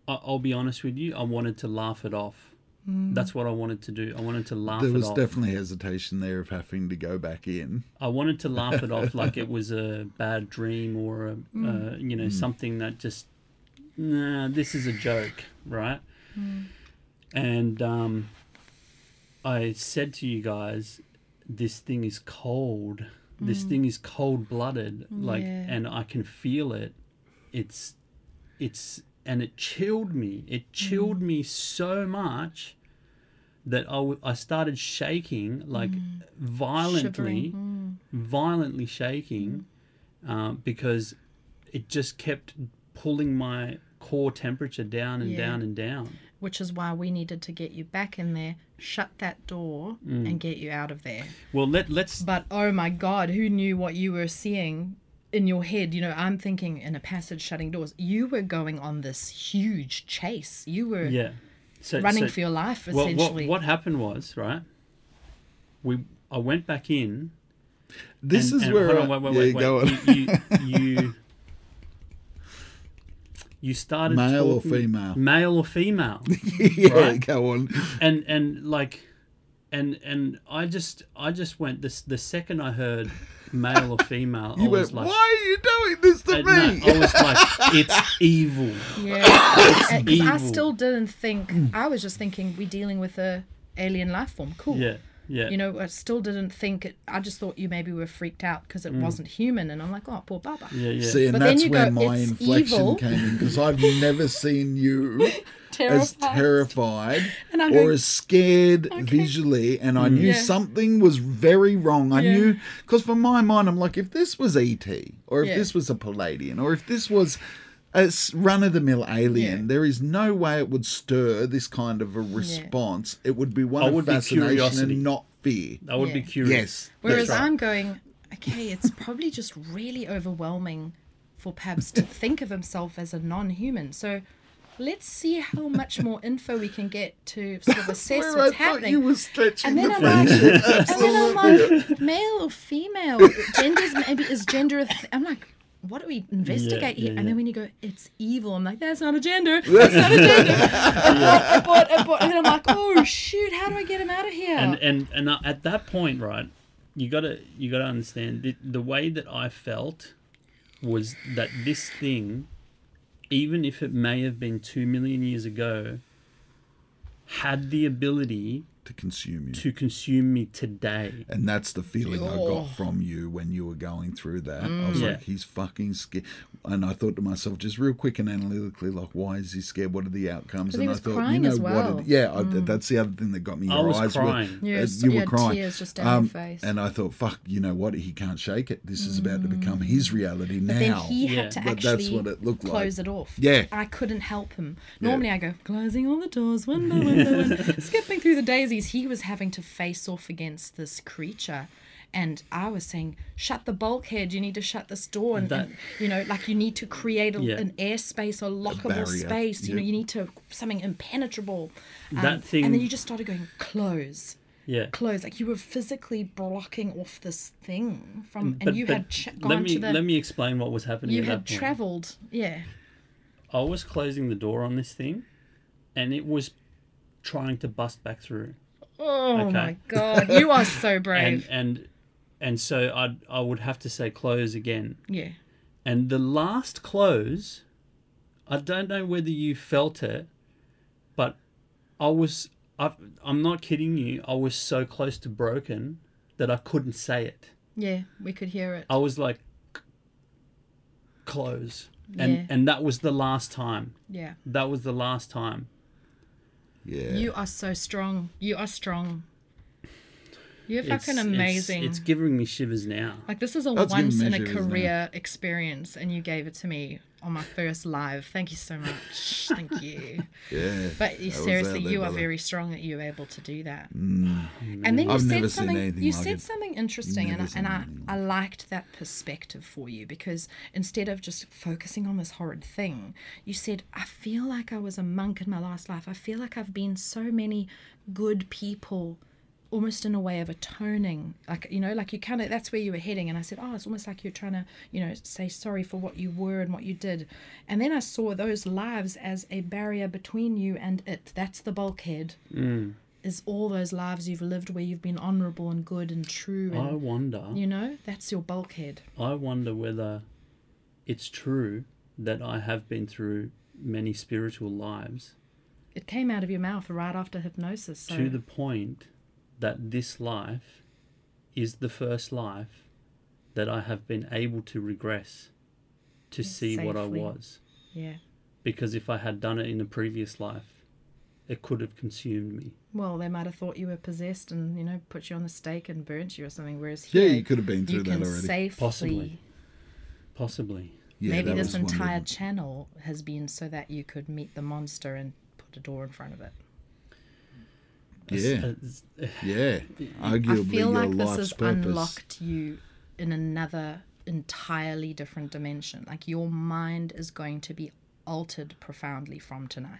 B: I, I'll be honest with you, I wanted to laugh it off.
C: Mm.
B: That's what I wanted to do. I wanted to laugh
A: there
B: it
A: was
B: off.
A: definitely hesitation there of having to go back in.
B: I wanted to laugh it off like it was a bad dream or a, uh, you know something that just nah this is a joke right and um, I said to you guys this thing is cold this thing is cold blooded like
C: Yeah.
B: and I can feel it it's it's and it chilled me it chilled me so much that I, w- I started shaking like
C: Mm.
B: violently
C: hmm.
B: violently shaking
C: Mm-hmm.
B: uh, because it just kept pulling my core temperature down and
C: Yeah.
B: down and down
C: which is why we needed to get you back in there, shut that door,
A: Mm.
C: and get you out of there.
B: well let, let's
C: But oh my God, who knew what you were seeing in your head? You know, I'm thinking in a passage shutting doors. You were going on this huge chase. You were
B: yeah so,
C: running
B: so-
C: for your life,
B: well,
C: essentially.
B: what, what happened was right we i went back in
A: This
B: and-
A: is
B: and-
A: where
B: hold
A: I-
B: on, wait, wait,
A: yeah,
B: wait,
A: go on.
B: wait. You, you, you, you started
A: Male or
B: talking-
A: female?
B: male or female
A: yeah,
B: right?
A: go on.
B: and and like and and I just I just went this the second I heard male or female I
A: You
B: was like
A: went, why are you doing this to
B: uh, no,
A: me?
B: I was like it's evil
C: Yeah, because I
B: evil. Mm.
C: still didn't think. I was just thinking we're dealing with a alien life form. Cool.
B: yeah yeah
C: You know, I still didn't think. It, I just thought you maybe were freaked out because it wasn't human, and I'm like, oh, poor Baba.
B: Mm. yeah yeah
A: See, and
C: But then
A: that's
C: you
A: where
C: go,
A: my
C: "It's
A: inflection
C: evil."
A: came in because I've never seen you as terrified
C: And I'm
A: or
C: going-
A: as scared visually. And
B: Mm.
A: I knew
C: Yeah.
A: something was very wrong. I
C: Yeah.
A: knew, because for my mind, I'm like, if this was ET, or if
C: Yeah.
A: this was a Palladian, or if this was a run of the mill alien,
C: Yeah.
A: there is no way it would stir this kind of a response. It would be one
B: I
A: of
B: would be
A: fascination
B: curiosity.
A: and not fear.
B: I would be
C: Yeah.
B: curious
A: Yes.
C: Whereas
B: That's right.
C: I'm going, okay, it's probably just really overwhelming for Pabs to think of himself as a non-human. So. Let's see how much more info we can get to sort of assess
A: Where I thought
C: what's happening.
A: you were stretching
C: And then
A: the
C: I'm
A: friendship.
C: like, and then I'm like, male or female, genders maybe is gender. a Th- I'm like, what do we investigate
B: Yeah,
C: here?
B: yeah,
C: And
B: yeah.
C: then when you go, it's evil. I'm like, that's not a gender. That's not a gender. abort, abort. And then I'm like, oh shoot, how do I get him out of here?
B: and and and uh, at that point right you gotta you gotta understand the, the way that i felt was that this thing even if it may have been two million years ago had the ability
A: to consume you.
B: to consume me today
A: And that's the feeling I
C: Oh. Mm.
A: got from you when you were going through that. I was
B: Yeah.
A: like, he's fucking scared. And I thought to myself, just real quick and analytically, like, why is he scared? What are the outcomes?
C: 'Cause
A: And
C: he
A: I
C: was
A: thought,
C: crying as well.
A: It, yeah, I, that's the other thing that got me.
B: I
A: Your
B: was
A: eyes
B: crying.
A: were,
C: You
A: uh,
C: were s-
A: you
C: you
A: were
C: had
A: crying. Um,
C: tears just down your face.
A: And I thought, fuck, you know what? He can't shake it. This is about to become his reality now.
C: Mm. but then he had to
A: But
C: actually
A: that's what it looked like.
C: close it off.
A: Yeah.
C: I couldn't help him. Normally I go, closing all the doors, one by one by one, skipping through the daisies. He was having to face off against this creature. And I was saying, shut the bulkhead. You need to shut this door, and,
B: That-
C: and, you know, like you need to create a,
B: Yeah.
C: an airspace, a lockable
A: barrier,
C: space. You know,
A: yeah.
C: you need to something impenetrable. Um,
B: That
C: and
B: thing-
C: then you just started going, close
B: yeah
C: clothes. Like you were physically blocking off this thing from, and you had ch-
B: let
C: gone
B: me
C: to the.
B: let me explain what was happening
C: you
B: at
C: had
B: that point.
C: travelled, yeah,
B: i was closing the door on this thing and it was trying to bust back through
C: Oh
B: Okay.
C: my god, you are so brave.
B: and and and so i i would have to say close again
C: yeah.
B: And the last close, I don't know whether you felt it, but I was, I, I'm not kidding you, I was so close to broken that I couldn't say it.
C: Yeah, we could hear it.
B: I was like, "C- close. And,
C: Yeah.
B: and that was the last time.
C: Yeah.
B: That was the last time.
A: yeah.
C: You are so strong. You are strong. You're
B: It's-
C: fucking
B: it's-
C: amazing.
B: It's, giving me shivers now.
C: like this is a
A: That's giving
C: once
A: me
C: in a
A: shivers now.
C: career experience and you gave it to me on my first live. Thank you so much. Thank you.
A: yeah.
C: But you,
A: That was
C: seriously,
A: out there,
C: you are
A: brother.
C: very strong that you were able to do that. And then you
A: I've
C: said
A: never seen
C: something.
A: anything
C: you
A: like
C: said
A: it.
C: something interesting,
A: Never
C: and, I,
A: seen
C: and I,
A: anything
C: I liked that perspective for you because instead of just focusing on this horrid thing, you said, "I feel like I was a monk in my last life. I feel like I've been so many good people." Almost in a way of atoning, like you know, like you kind of that's where you were heading. And I said, Oh, it's almost like you're trying to, you know, say sorry for what you were and what you did. And then I saw those lives as a barrier between you and it. That's the bulkhead is all those lives you've lived where you've been honorable and good and true
B: I
C: and
B: wonder,
C: you know that's your bulkhead
B: I wonder whether it's true that I have been through many spiritual lives
C: it came out of your mouth right after hypnosis so
B: to the point that this life is the first life that I have been able to regress to see what I
C: safely.
B: was.
C: yeah
B: Because if I had done it in a previous life, it could have consumed me.
C: well they might have thought you were possessed and you know put you on the stake and burnt you or something whereas
A: Yeah,
C: here
A: you could have been through
C: you
A: that
C: can
A: already.
C: safely
B: Possibly. Possibly.
A: Yeah,
C: maybe
A: that
C: this
A: was one of
C: entire
A: them.
C: channel has been so that you could meet the monster and put a door in front of it
A: Yeah.
B: It's-
A: Yeah.
C: i
A: Arguably, your
C: feel like this
A: life's
C: has
A: purpose.
C: unlocked you in another entirely different dimension like your mind is going to be altered profoundly from tonight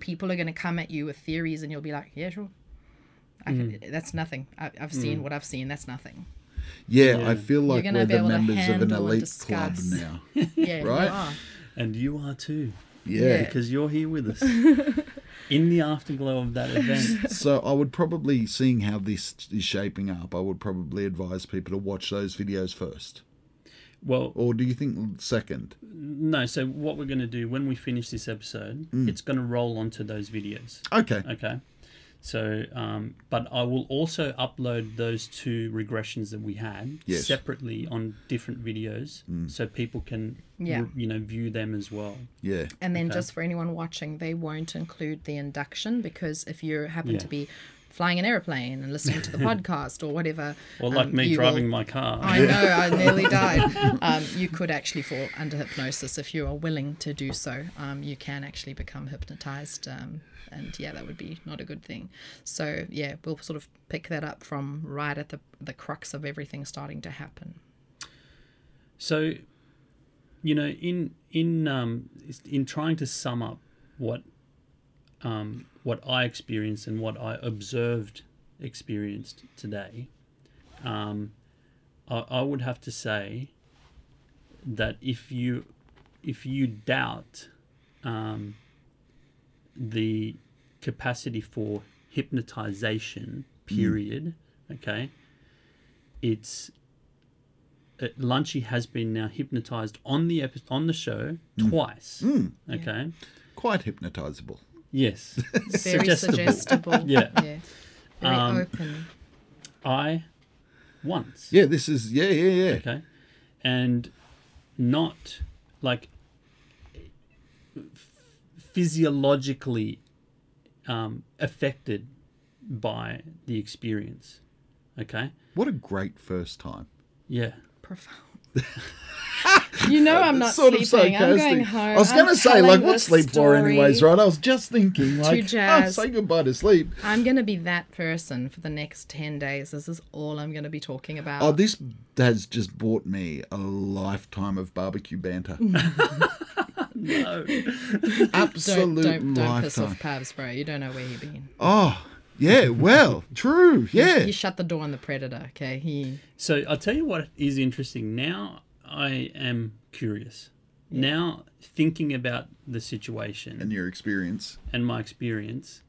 C: people are going to come at you with theories and you'll be like yeah sure I can, that's nothing I, i've seen what i've seen that's nothing
A: Yeah,
B: Yeah.
A: I feel like
C: gonna
A: we're
C: be
A: the
C: able to
A: members of an
C: handle and
A: elite club
C: discuss.
A: now.
C: yeah you
A: Right?
C: are.
B: And you are too,
A: Yeah.
B: because you're here with us. in the afterglow of that event.
A: so I would probably, seeing how this is shaping up, I would probably advise people to watch those videos first.
B: Well,
A: Or do you think second?
B: no. So what we're going to do when we finish this episode,
A: Mm.
B: it's going to roll onto those videos.
A: Okay.
B: Okay. So, um, but I will also upload those two regressions that we had
A: Yes.
B: separately on different videos, so people can,
C: Yeah.
B: you know, view them as well.
A: Yeah.
C: And then just for anyone watching, they won't include the induction because if you happen
B: Yeah.
C: to be flying an airplane and listening to the podcast or whatever,
B: Or like
C: um,
B: me
C: you
B: driving
C: will-
B: my car.
C: I know, I nearly died. Um, you could actually fall under hypnosis if you are willing to do so. Um, you can actually become hypnotized, um, and yeah, that would be not a good thing. So yeah, we'll sort of pick that up from right at the the crux of everything starting to happen.
B: So, you know, in in um, in trying to sum up what um, what I experienced and what I observed experienced today, um, I, I would have to say that if you if you doubt um, the capacity for hypnotization, period, okay, it's uh, Lunchy has been now hypnotized on the epi- on the show twice. Okay.
A: Quite hypnotizable.
B: Yes.
C: Very suggestible.
B: Yeah.
C: yeah. Um, Very open.
B: I once.
A: Yeah, this is yeah, yeah, yeah.
B: Okay. And not like f- physiologically um, affected by the experience. Okay.
A: What a great first time.
B: Yeah.
C: Profound. you know I'm not
A: Sort of
C: sleeping. I'm
A: sarcastic.
C: going home.
A: I was
C: going
A: gonna say, like, what's sleep for anyways, right? I was just thinking, like, oh,
C: jazz.
A: say goodbye to sleep.
C: I'm going to be that person for the next 10 days. This is all I'm going to be talking about.
A: Oh, this has just bought me a lifetime of barbecue banter.
B: No.
C: don't,
A: Absolute
C: don't, don't piss
A: lifetime.
C: off Pabs, bro. You don't know where you've been.
A: Oh, yeah, well, true, yeah.
C: You shut the door on the predator, okay? He
B: So I'll tell you what is interesting. Now I am curious. Now thinking about the situation
A: And your experience.
B: and my experience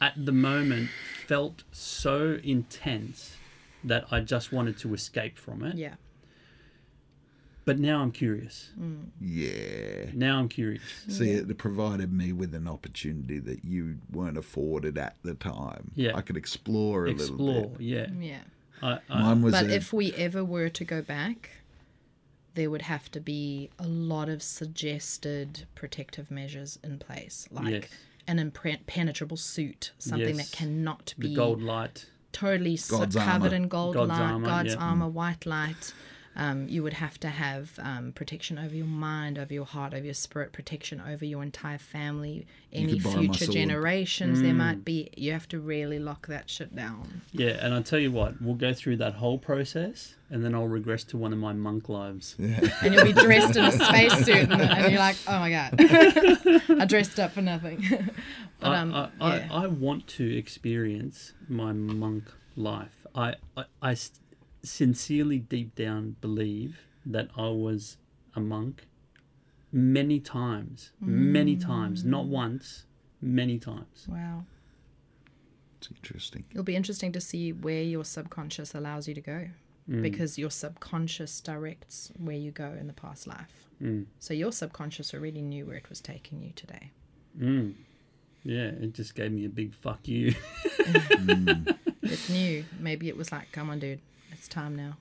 B: at the moment felt so intense that I just wanted to escape from it.
C: yeah.
B: But now I'm curious.
A: Yeah.
B: Now I'm curious.
A: See, it provided me with an opportunity that you weren't afforded at the time.
B: Yeah.
A: I could explore a little
B: Explore.
A: bit.
B: Yeah.
C: Yeah.
B: I, I,
A: Mine was
C: But
A: a-
C: if we ever were to go back, there would have to be a lot of suggested protective measures in place, like
B: Yes.
C: an impenetrable suit, something
B: Yes.
C: that cannot
B: the
C: be
B: gold light.
C: totally so-
A: God's
C: covered
A: armor.
C: in gold
B: God's
C: light,
B: armor,
C: God's
B: yeah.
C: armor, white light. Um, you would have to have um, protection over your mind, over your heart, over your spirit, protection over your entire family, any
A: could borrow my
C: future
A: sword.
C: generations
B: Hmm.
C: there might be. You have to really lock that shit down.
B: Yeah. And I'll tell you what, we'll go through that whole process and then I'll regress to one of my monk lives.
C: And you'll be dressed in a spacesuit, and, and you're like, oh my God, I dressed up for nothing. but, um,
B: I, I,
C: yeah.
B: I, I want to experience my monk life. I, I, I s- sincerely, deep down, believe that I was a monk many times,
C: Mm.
B: many times, not once, many times.
C: wow.
A: It's interesting.
C: It'll be interesting to see where your subconscious allows you to go
A: Mm.
C: because your subconscious directs where you go in the past life.
A: Mm.
C: So your subconscious already knew where it was taking you today.
B: Yeah, it just gave me a big fuck you.
C: It knew. Maybe it was like, come on, dude, it's time now.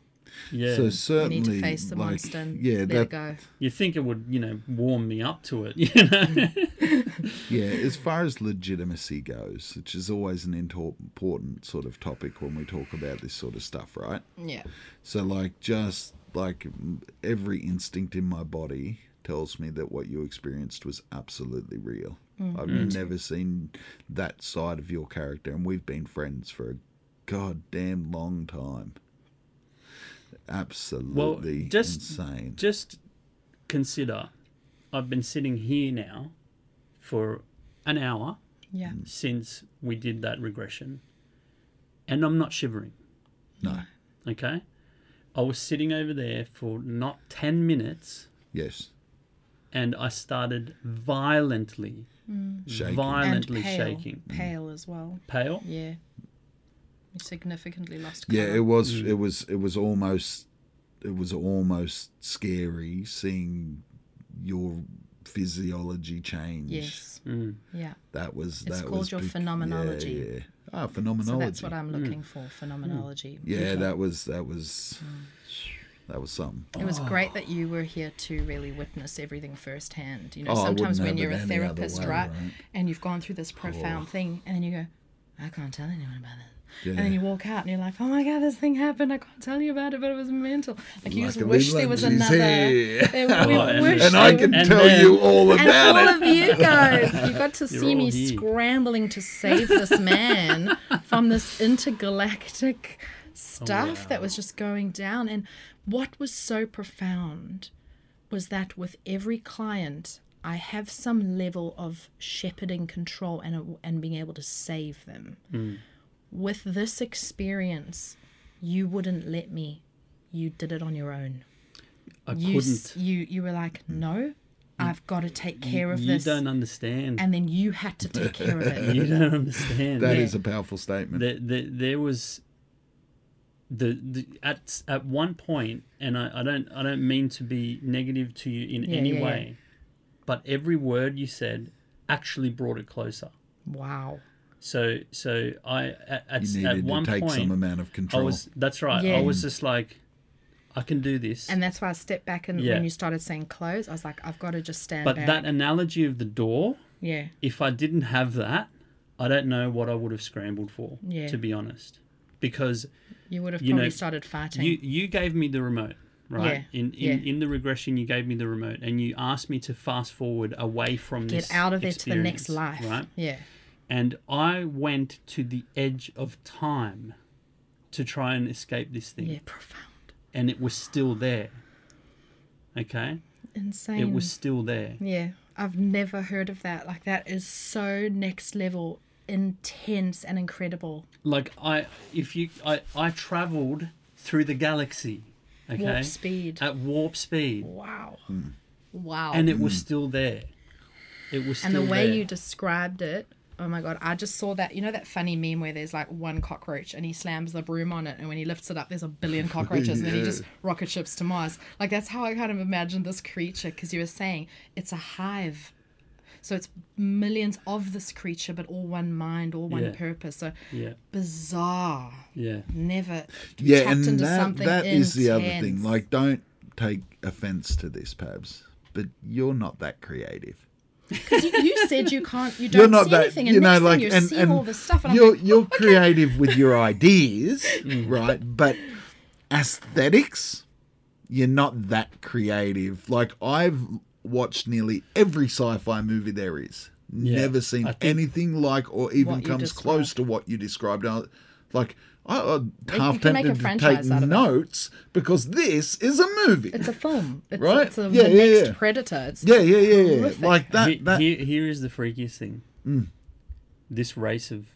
B: yeah,
A: So certainly,
C: You need to face the
A: like,
C: monster and
A: yeah,
C: let
A: that,
C: it go.
B: you think it would, you know, warm me up to it, you know?
A: Yeah, as far as legitimacy goes, which is always an intor- important sort of topic when we talk about this sort of stuff, right?
C: Yeah.
A: So, like, just like m- every instinct in my body tells me that what you experienced was absolutely real. I've never seen that side of your character, and we've been friends for a goddamn long time. Absolutely
B: just-
A: insane.
B: just consider I've been sitting here now for an hour.
C: Yeah.
B: since we did that regression. And I'm not shivering,
A: no.
B: okay? I was sitting over there for not 10 minutes
A: Yes.
B: and I started violently,
A: Shaking.
B: violently
C: Mm. and pale,
B: shaking.
A: Mm.
C: pale as well.
B: Pale?
C: Yeah, you significantly lost.
A: Yeah,
C: colour.
A: it was. It was. It was almost. It was almost scary seeing your physiology change.
C: Yes.
A: Mm.
C: Yeah.
A: That was.
C: It's
A: that
C: called
A: was
C: your
A: bec-
C: phenomenology.
A: Yeah, yeah. Ah,
C: So
A: phenomenology.
C: that's what I'm looking for. Phenomenology.
A: Mm. yeah, that was. That was.
C: Mm.
A: That was something.
C: It was great that you were here to really witness everything firsthand. You know,
A: Oh, I wouldn't
C: sometimes when
A: have it
C: you're a
A: any other
C: therapist,
A: way,
C: right,
A: right?
C: and you've gone through this profound thing, and then you go, I can't tell anyone about it. And
A: Yeah.
C: then you walk out and you're like, oh my God, this thing happened. I can't tell you about it, but it was mental. Like, you just
A: Luckily,
C: wish there was
A: Lindsay's
C: another.
A: here.
C: there-
B: Oh,
C: we wish
A: And I
C: there
A: can
C: was-
B: And
A: tell
B: then-
A: you all
C: and
A: about
C: all
A: it.
C: of you guys, you got to see
B: all
C: me
B: here.
C: scrambling to save this man from this intergalactic
B: Oh,
C: stuff that was just going down. And what was so profound was that with every client, I have some level of shepherding control and, and being able to save them.
B: Mm.
C: With this experience, you wouldn't let me. You did it on your own
B: I
C: you s-
B: couldn't. Mm.
C: you you were like no i've got to take care of
B: You
C: this
B: don't understand.
C: and then you had to take care of it
B: You don't understand.
A: That is
C: Yeah.
A: a powerful statement.
B: there, there, there was the, the at at one point and I, I don't I don't mean to be negative to you in
C: Yeah,
B: any
C: yeah, yeah.
B: way but every word you said actually brought it closer
C: wow
B: so so I at, at,
A: you
B: at
A: needed
B: one
A: to take
B: point
A: some amount of
B: I
A: control.
B: was that's right
C: Yeah.
B: I was just like I can do this
C: and that's why i stepped back and
B: Yeah.
C: when you started saying close i was like i've got to just stand
B: but
C: back
B: that analogy of the door
C: yeah
B: if I didn't have that I don't know what I would have scrambled for
C: Yeah.
B: to be honest because
C: you would have
B: you know,
C: probably started fighting
B: You you gave me the remote, right?
C: Yeah,
B: In in,
C: yeah.
B: in the regression, you gave me the remote, and you asked me to fast forward away from
C: get
B: this.
C: out of there to the next
B: experience,
C: life
B: right?
C: yeah
B: And I went to the edge of time to try and escape this thing,
C: yeah profound
B: and it was still there. Okay,
C: insane
B: it was still there.
C: Yeah, I've never heard of that. Like that is so next level, intense and incredible.
B: Like I, if you, I, I traveled through the galaxy. Okay,
C: Warp speed.
B: at warp speed,
C: wow. Wow.
B: and it was still there. It was still
C: And the way
B: there.
C: you described it, oh my god, I just saw that. You know that funny meme where there's like one cockroach and he slams the broom on it, and when he lifts it up, there's a billion cockroaches, and then he
A: Yeah.
C: just rocket ships to Mars. Like that's how I kind of imagined this creature, because you were saying it's a hive. So it's millions of this creature, but all one mind, all one
B: Yeah.
C: purpose. So
B: yeah,
C: bizarre.
B: yeah.
C: Never
A: yeah,
C: tapped
A: and
C: into
A: that,
C: something
A: that is the other thing.
C: intense.
A: Like, don't take offense to this, Pabs, but you're not that creative.
C: you, you said you can't, you
A: You're
C: don't
A: not
C: see
A: that,
C: anything, and
A: you know,
C: next
A: like,
C: thing you're
A: and,
C: seeing
A: and
C: all this stuff, and I'm
A: you're
C: like,
A: you're creative with your ideas, right? But aesthetics, you're not that creative. Like, I've watched nearly every sci-fi movie there is. Never seen
B: I think-
A: anything like, or even
C: What you
A: comes close
C: described.
A: to what you described. I- Like, I, I'm half
C: you can make a
A: tempted to take
C: franchise out of it.
A: notes because this is a movie.
C: it's a film, it's,
A: Right?
C: It's a,
A: Yeah,
C: the
A: yeah,
C: next
A: yeah.
C: predator. It's
A: Yeah, yeah, yeah, yeah.
C: horrific.
A: Like
B: He-
A: that. that Mm.
B: here, here is the freakiest thing. This race of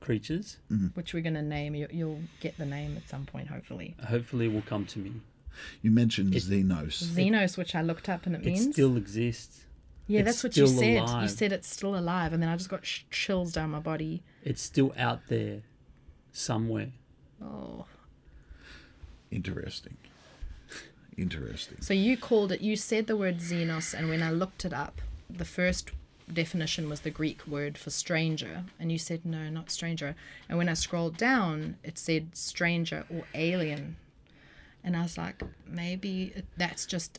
B: creatures
A: Mm.
C: which we're going to name. You, you'll get the name at some point, hopefully.
B: hopefully will come to me.
A: you mentioned Xenos.
C: Xenos, which I looked up and it means.
B: It still exists.
C: yeah,
B: it's
C: that's what you
B: still
C: said. You
B: alive.
C: said it's still alive, and then I just got sh- chills down my body.
B: It's still out there somewhere.
C: Oh.
A: Interesting. Interesting.
C: So you called it, you said the word xenos, and when I looked it up, the first definition was the Greek word for stranger, and you said, no, not stranger. And when I scrolled down, it said stranger or alien. And I was like, maybe it- that's just,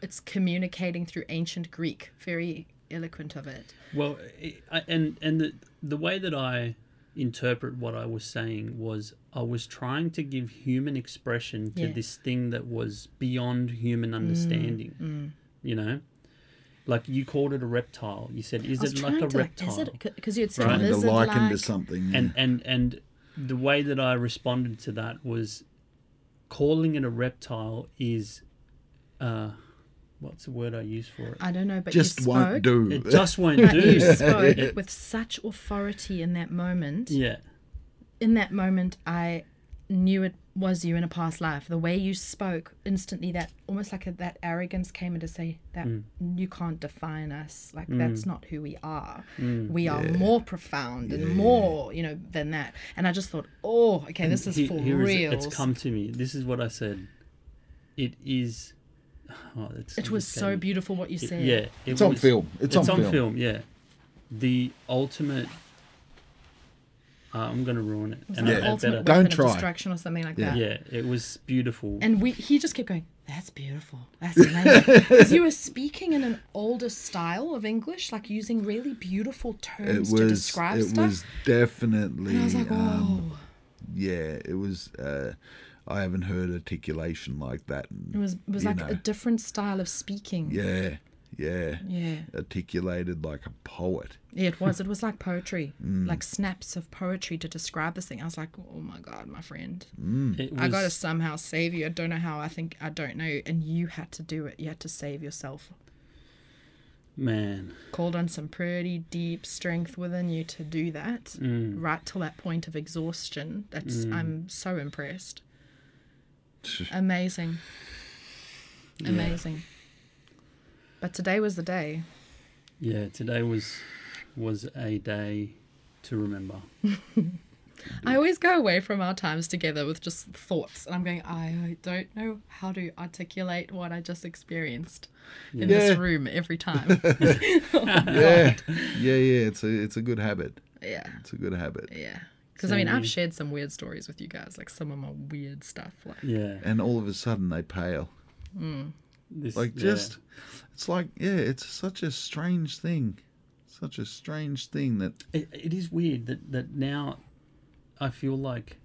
C: it's communicating through ancient Greek. Very eloquent of it.
B: Well, it, I, and and the the way that I interpret what I was saying was I was trying to give human expression to
C: Yeah. Mm,
B: this thing that was beyond human understanding. You know, like you called it a reptile. You said, "Is
C: I was
B: it like
C: trying
B: a
C: to, like,
B: reptile?"
C: is it? Because you had said
B: Right.
A: Kind of
C: lizard like.
A: likened to something.
B: and and and the way that I responded to that was calling it a reptile is uh what's the word I use for it?
C: I don't know, but
A: just
C: you spoke.
A: won't do.
B: It just won't
C: But you
B: do.
C: spoke with such authority in that moment.
B: yeah.
C: in that moment i knew it was you in a past life. The way you spoke, instantly that almost like a, that arrogance came in to say that
B: Mm.
C: you can't define us. Like that's not who we are.
B: Mm.
C: We are more profound and more, you know, than that. And I just thought, oh, okay, this is
B: He-
C: for
B: here is-
C: real.
B: It's come to me. This is what I said. It is. Oh, it's,
C: It was so
B: complicated.
C: beautiful what you said.
B: Yeah, it
A: It's on
B: was-
A: film. It's on film.
B: Yeah, the ultimate. Uh, I'm gonna ruin it.
C: It's like
B: I- I
C: ultimate
B: better-
A: Don't
C: weapon of
A: try.
C: destruction or something like that.
B: Yeah, it was beautiful.
C: And we, he just kept going, that's beautiful. That's amazing. Because you were speaking in an older style of English, like using really beautiful
A: It
C: terms to
A: was.
C: describe
A: It
C: stuff.
A: was definitely.
C: and I was like,
A: um,
C: oh,
A: yeah, it was. Uh, I haven't heard articulation like that.
C: it was, it was
A: you
C: like
A: know.
C: a different style of speaking.
A: Yeah, yeah.
C: Yeah.
A: Articulated like a poet.
C: Yeah, it was. It was like poetry,
A: Mm.
C: like snaps of poetry to describe this thing. I was like, oh my God, my friend.
B: It
C: I got to
B: was-
C: somehow save you. I don't know how. I think, I don't know. And you had to do it. You had to save yourself.
B: man.
C: called on some pretty deep strength within you to do that right till that point of exhaustion that's i'm so impressed amazing amazing but today was the day
B: Yeah, today was was a day to remember.
C: i always go away from our times together with just thoughts and i'm going i don't know how to articulate what i just experienced in this
A: Yeah.
C: room every time
A: Yeah, yeah, yeah. It's a it's a good habit.
C: yeah
A: It's a good habit.
C: yeah because i mean
B: Same.
C: i've shared some weird stories with you guys like some of my weird stuff like
B: Yeah,
A: And all of a sudden they pale.
B: this,
A: Like
B: yeah.
A: just, it's like yeah, it's such a strange thing. Such a strange thing that
B: it, it is weird that that now I feel like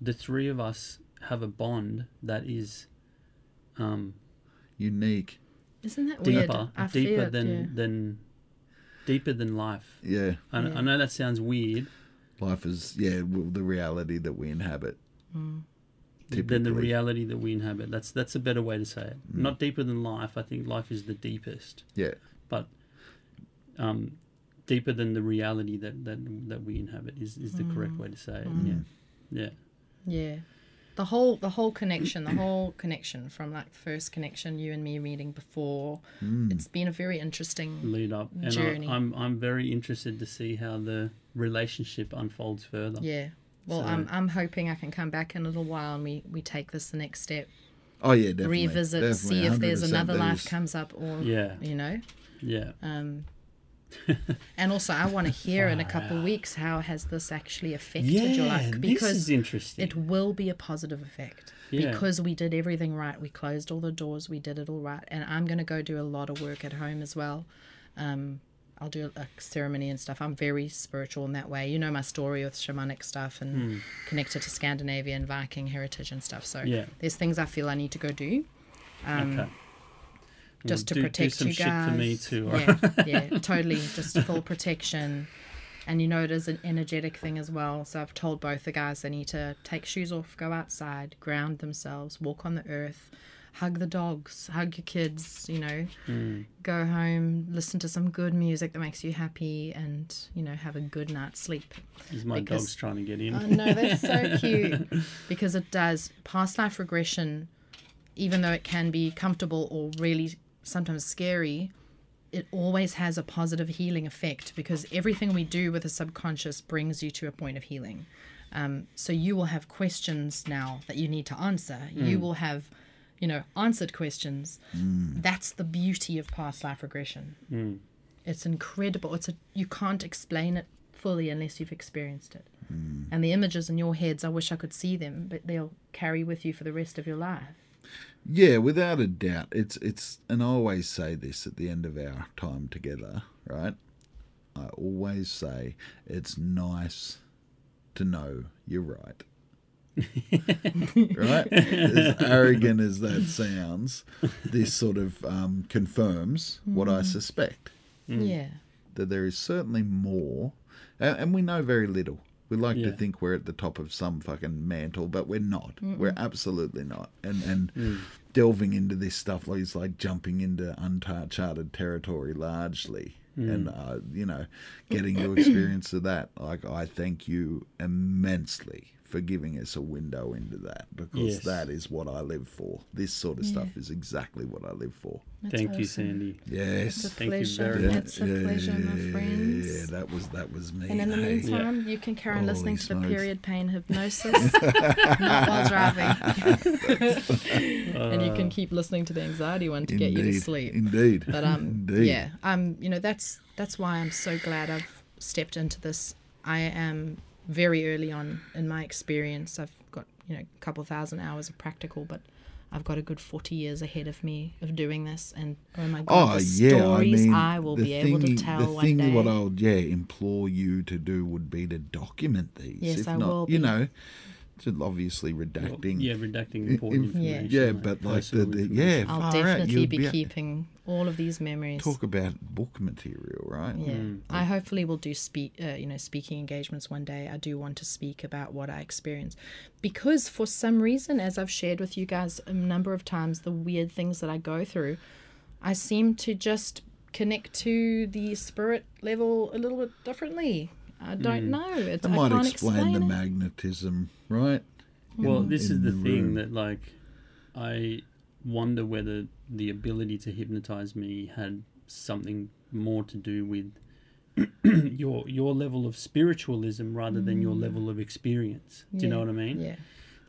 B: the three of us have a bond that is um
A: unique.
C: Isn't that weird?
B: deeper
C: I
B: deeper
C: feared,
B: than
C: yeah.
B: than deeper than life.
A: Yeah,
B: I, I know that sounds weird
A: life is yeah well, the reality that we inhabit.
B: than the
A: Typically. Mm.
B: reality that we inhabit. That's that's a better way to say it. Not deeper than life. I think life is the deepest,
A: Yeah,
B: but um, deeper than the reality that that, that we inhabit is, is
C: Mm.
B: the correct way to say it.
A: Mm.
B: Yeah, yeah.
C: Yeah. The whole the whole connection, the whole connection from like first connection you and me meeting before.
A: Hmm.
C: It's been a very interesting
B: Lead up, and
C: Journey.
B: I, I'm I'm very interested to see how the relationship unfolds further.
C: Yeah. Well,
B: So-
C: I'm I'm hoping I can come back in a little while and we we take this the next step,
A: oh yeah, definitely.
C: revisit,
A: definitely,
C: see if there's
A: 100%
C: another life
A: there's-
C: comes up or
B: Yeah.
C: you know.
B: yeah.
C: Um and also I want to hear in a couple weeks how has this actually affected your
B: Yeah,
C: life
B: this is interesting.
C: It will be a positive effect
B: Yeah.
C: because we did everything right. We closed all the doors. We did it all right. And I'm going to go do a lot of work at home as well. Um, I'll do a ceremony and stuff. I'm very spiritual in that way. You know my story with shamanic stuff and connected to Scandinavian Viking heritage and stuff. So
B: Hmm. Yeah.
C: there's things I feel I need to go do Um,
B: okay.
C: just
B: Well, Mm, do-
C: to
B: do
C: protect
B: some
C: you
B: shit
C: guys.
B: for me too, all
C: Yeah, yeah, totally. Just full protection. And you know, it is an energetic thing as well. So I've told both the guys they need to take shoes off, go outside, ground themselves, walk on the earth, hug the dogs, hug your kids, you know,
B: Mm.
C: go home, listen to some good music that makes you happy, and, you know, have a good night's sleep.
B: Is my
C: because-
B: dog's trying to get in?
C: Oh, no, that's so cute. Because it does. Past life regression, even though it can be comfortable or really sometimes scary, it always has a positive healing effect because everything we do with the subconscious brings you to a point of healing. Um, so you will have questions now that you need to answer. You will have, you know, answered questions. That's the beauty of past life regression. It's incredible. It's a you can't explain it fully unless you've experienced it. And the images in your heads, I wish I could see them, but they'll carry with you for the rest of your life.
A: Yeah, without a doubt. It's it's and I always say this at the end of our time together, right? I always say it's nice to know you're right. right? As arrogant as that sounds, this sort of um, confirms what I suspect
B: Mm.
C: Yeah.
A: that there is certainly more, and, and we know very little. We like
B: Yeah.
A: to think we're at the top of some fucking mantle, but we're not. We're absolutely not. And and
B: Mm.
A: delving into this stuff like it's like jumping into uncharted territory largely,
B: Mm.
A: and uh, you know, getting to experience of that. Like I thank you immensely for giving us a window into that because
B: Yes.
A: that is what I live for. This sort of stuff is exactly what I live for.
C: That's
B: Thank you,
C: awesome.
B: Sandy.
A: Yes.
C: It's a
B: Thank you
C: pleasure.
B: very much.
C: It's a pleasure, my friends.
A: Yeah, that was that was me.
C: And in the
A: hey.
C: meantime, you can carry on
A: Holy
C: listening to the
A: smokes.
C: period pain hypnosis not while driving. and you can keep listening to the anxiety one to get you to
A: Indeed,
C: sleep.
A: Indeed.
C: But um,
A: Indeed.
C: yeah, um, you know that's that's why I'm so glad I've stepped into this. I am very early on in my experience. I've got you know a couple thousand hours of practical, but I've got a good forty years ahead of me of doing this. And oh my god,
A: Oh
C: the
A: yeah, I
C: stories I,
A: mean,
C: will
A: the
C: be able to
A: thing-
C: tell
A: The
C: one
A: thing
C: day.
A: what I would yeah implore you to do would be to document these.
C: Yes,
A: if
C: I
A: not,
C: will
A: You
C: be.
A: know, to obviously redacting.
B: Yeah, redacting important
A: Inf-
B: information.
A: yeah, but like the,
B: personal
A: the yeah,
B: information.
C: I'll
A: far out,
C: definitely
A: you'd
C: be,
A: a-
C: keeping all of these memories.
A: Talk about book material, right?
C: Yeah,
B: Mm,
C: I hopefully will do speak, uh, you know, speaking engagements one day. I do want to speak about what I experience, because for some reason, as I've shared with you guys a number of times, the weird things that I go through, I seem to just connect to the spirit level a little bit differently. I
B: Mm.
C: don't know. It's,
A: That
C: I
A: might
C: can't
A: explain,
C: explain,
A: the
C: it.
A: magnetism, right?
B: Well,
A: in-
B: this is
A: in
B: the,
A: the room.
B: thing that like I wonder whether the ability to hypnotize me had something more to do with your your level of spiritualism rather than your level of experience. Do you know
C: Yeah,
B: what I mean?
C: Yeah,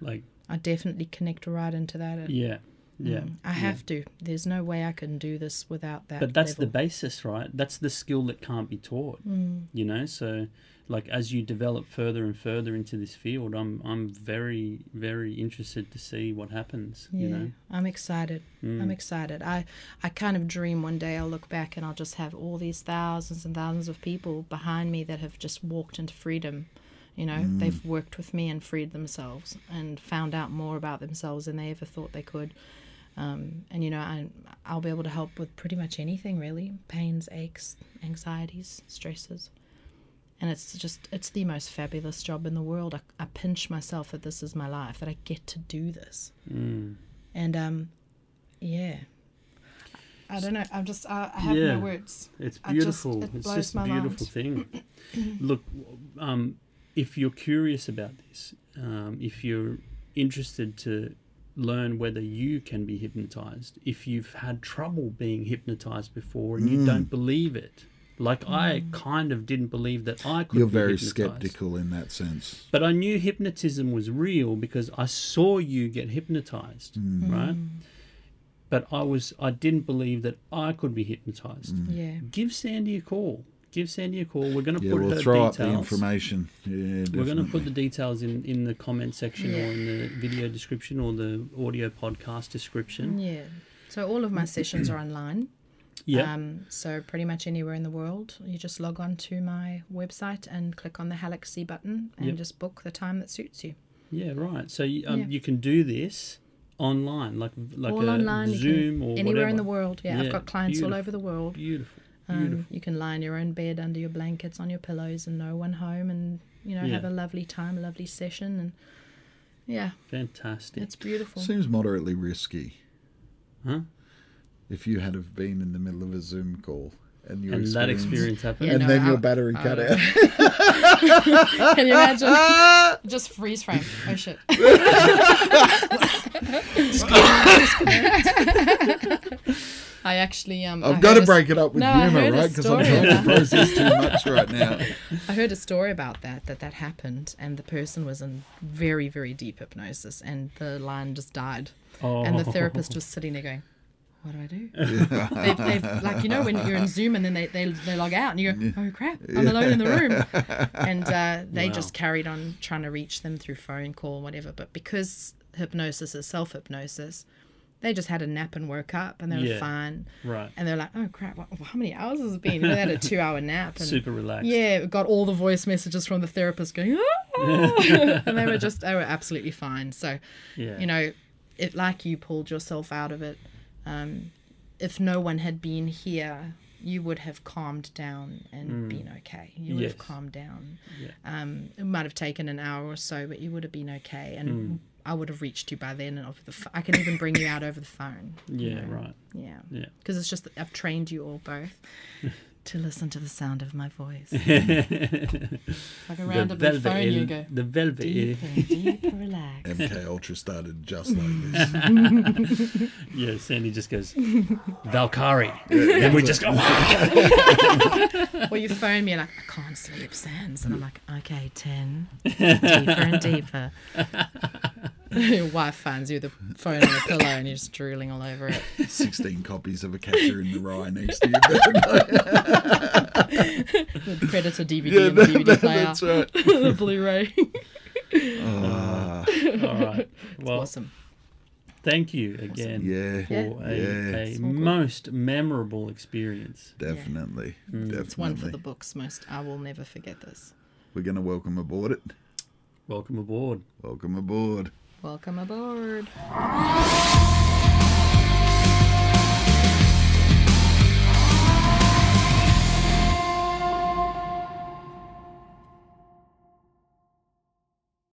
B: Like
C: I definitely connect right into that. It-
B: yeah. Yeah.
C: I
B: yeah.
C: have to. There's no way I can do this without that.
B: but that's the
C: level.
B: basis right that's the skill that can't be taught you know so like as you develop further and further into this field i'm i'm very very interested to see what happens you know Mm.
C: I'm excited. I'm excited. I, I kind of dream one day I'll look back and I'll just have all these thousands and thousands of people behind me that have just walked into freedom. You know,
B: Mm.
C: they've worked with me and freed themselves and found out more about themselves than they ever thought they could. Um, and you know, I, I'll be able to help with pretty much anything really pains, aches, anxieties, stresses. And it's just, it's the most fabulous job in the world. I, I pinch myself that this is my life, that I get to do this
B: Mm.
C: and um yeah i don't know i'm just i, I have
B: Yeah.
C: no words
B: it's
C: I just-
B: beautiful
C: it
B: it's
C: blows
B: just a
C: my mind.
B: beautiful thing look um if you're curious about this um if you're interested to learn whether you can be hypnotized if you've had trouble being hypnotized before and
A: Mm.
B: you don't believe it like
C: Mm.
B: I kind of didn't believe that I could
A: You're
B: be
A: very
B: hypnotized.
A: skeptical in that sense.
B: But I knew hypnotism was real because I saw you get hypnotized,
A: Mm.
B: right?
C: Mm.
B: But I was I didn't believe that I could be hypnotized.
C: yeah
B: Give Sandy a call. Give Sandy a call. We're going to
A: Yeah,
B: put
A: we'll
B: her
A: throw up
B: details.
A: the information. Yeah,
B: We're going to put
A: definitely.
B: the details in in the comment section or
C: Yeah.
B: in the video description or the audio podcast description.
C: yeah so all of my sessions are online
B: Yeah.
C: um so pretty much anywhere in the world you just log on to my website and click on the halaxy button and
B: Yep.
C: just book the time that suits you
B: yeah, right. So you, um,
C: Yeah.
B: you can do this online like like
C: all
B: a
C: online you can-
B: Zoom or
C: anywhere in
B: whatever.
C: the world yeah,
B: Yeah,
C: i've got clients all
B: beautiful.
C: over the world
B: Beautiful. Beautiful.
C: um, you can lie in your own bed under your blankets on your pillows and no one home and you know
B: Yeah.
C: have a lovely time a lovely session and yeah
B: Fantastic.
C: it's beautiful
A: Seems moderately risky.
B: Huh?
A: If you had have been in the middle of a Zoom call and you
B: and that experience happened.
C: Yeah,
A: and
C: no,
A: then your
C: I-
A: battery cut out.
C: Can you imagine? Just freeze frame. Oh shit. I actually um. I
A: I've got to
C: heard a s-
A: break it up with
C: No, I
A: humor,
C: heard a
A: right? Because I'm
C: story
A: trying to
C: about-
A: process too much right now.
C: I heard a story about that. That that happened, and the person was in very very deep hypnosis, and the lion just died, and
B: Oh.
C: the therapist was sitting there going. What do I do? they've, they've, like you know when you're in Zoom and then they, they, they log out and you go, oh crap, I'm alone in the room, and uh, they
B: Wow.
C: just carried on trying to reach them through phone call and whatever. But because hypnosis is self hypnosis, they just had a nap and woke up and they were
B: Yeah.
C: fine.
B: Right.
C: And they're like, oh crap, what, how many hours has it been? And they had a two hour nap. And
B: Super relaxed.
C: yeah, we got all the voice messages from the therapist going, "Ah!" and they were just, they were absolutely fine. So,
B: Yeah.
C: you know, it like you pulled yourself out of it. Um, if no one had been here, you would have calmed down and been okay. You would have
B: Mm. Yes.
C: calmed down.
B: Yeah.
C: Um, it might have taken an hour or so, but you would have been okay,
B: Mm.
C: and I would have reached you by then. And over the, ph- I can even bring you out over the phone. you
B: Yeah,
C: know.
B: right.
C: Yeah.
B: Yeah.
C: Because it's just that I've trained you all both to listen to the sound of my voice.
E: Like a
B: the E
E: round of the
B: velvet,
E: phone, you
B: ele-
E: go.
B: the velvet. ele-
C: Deep and deep, relax.
A: MK Ultra started just like this.
B: yeah, Sandy just goes Valkyrie, and we just go.
C: Or you phone me and like, I can't sleep, Sans. And I'm like, okay, 10. Deeper and deeper. Your wife finds you with the phone on the pillow and you're just drooling all over it.
A: 16 copies of A Catcher in the Rye next to you.
C: The Predator DVD
A: yeah,
C: and the
A: that-
C: DVD
A: that-
C: player.
A: that's right.
C: the Blu-ray.
A: Ah,
B: All right. Well,
C: awesome.
B: thank you again
A: Yeah,
B: for a,
A: Yeah.
B: a
C: It's all good.
B: most memorable experience.
A: definitely.
B: Hmm.
A: Definitely.
C: It's one for the books most. I will never forget this.
A: We're going to welcome aboard it.
B: Welcome aboard.
A: Welcome aboard.
C: Welcome aboard.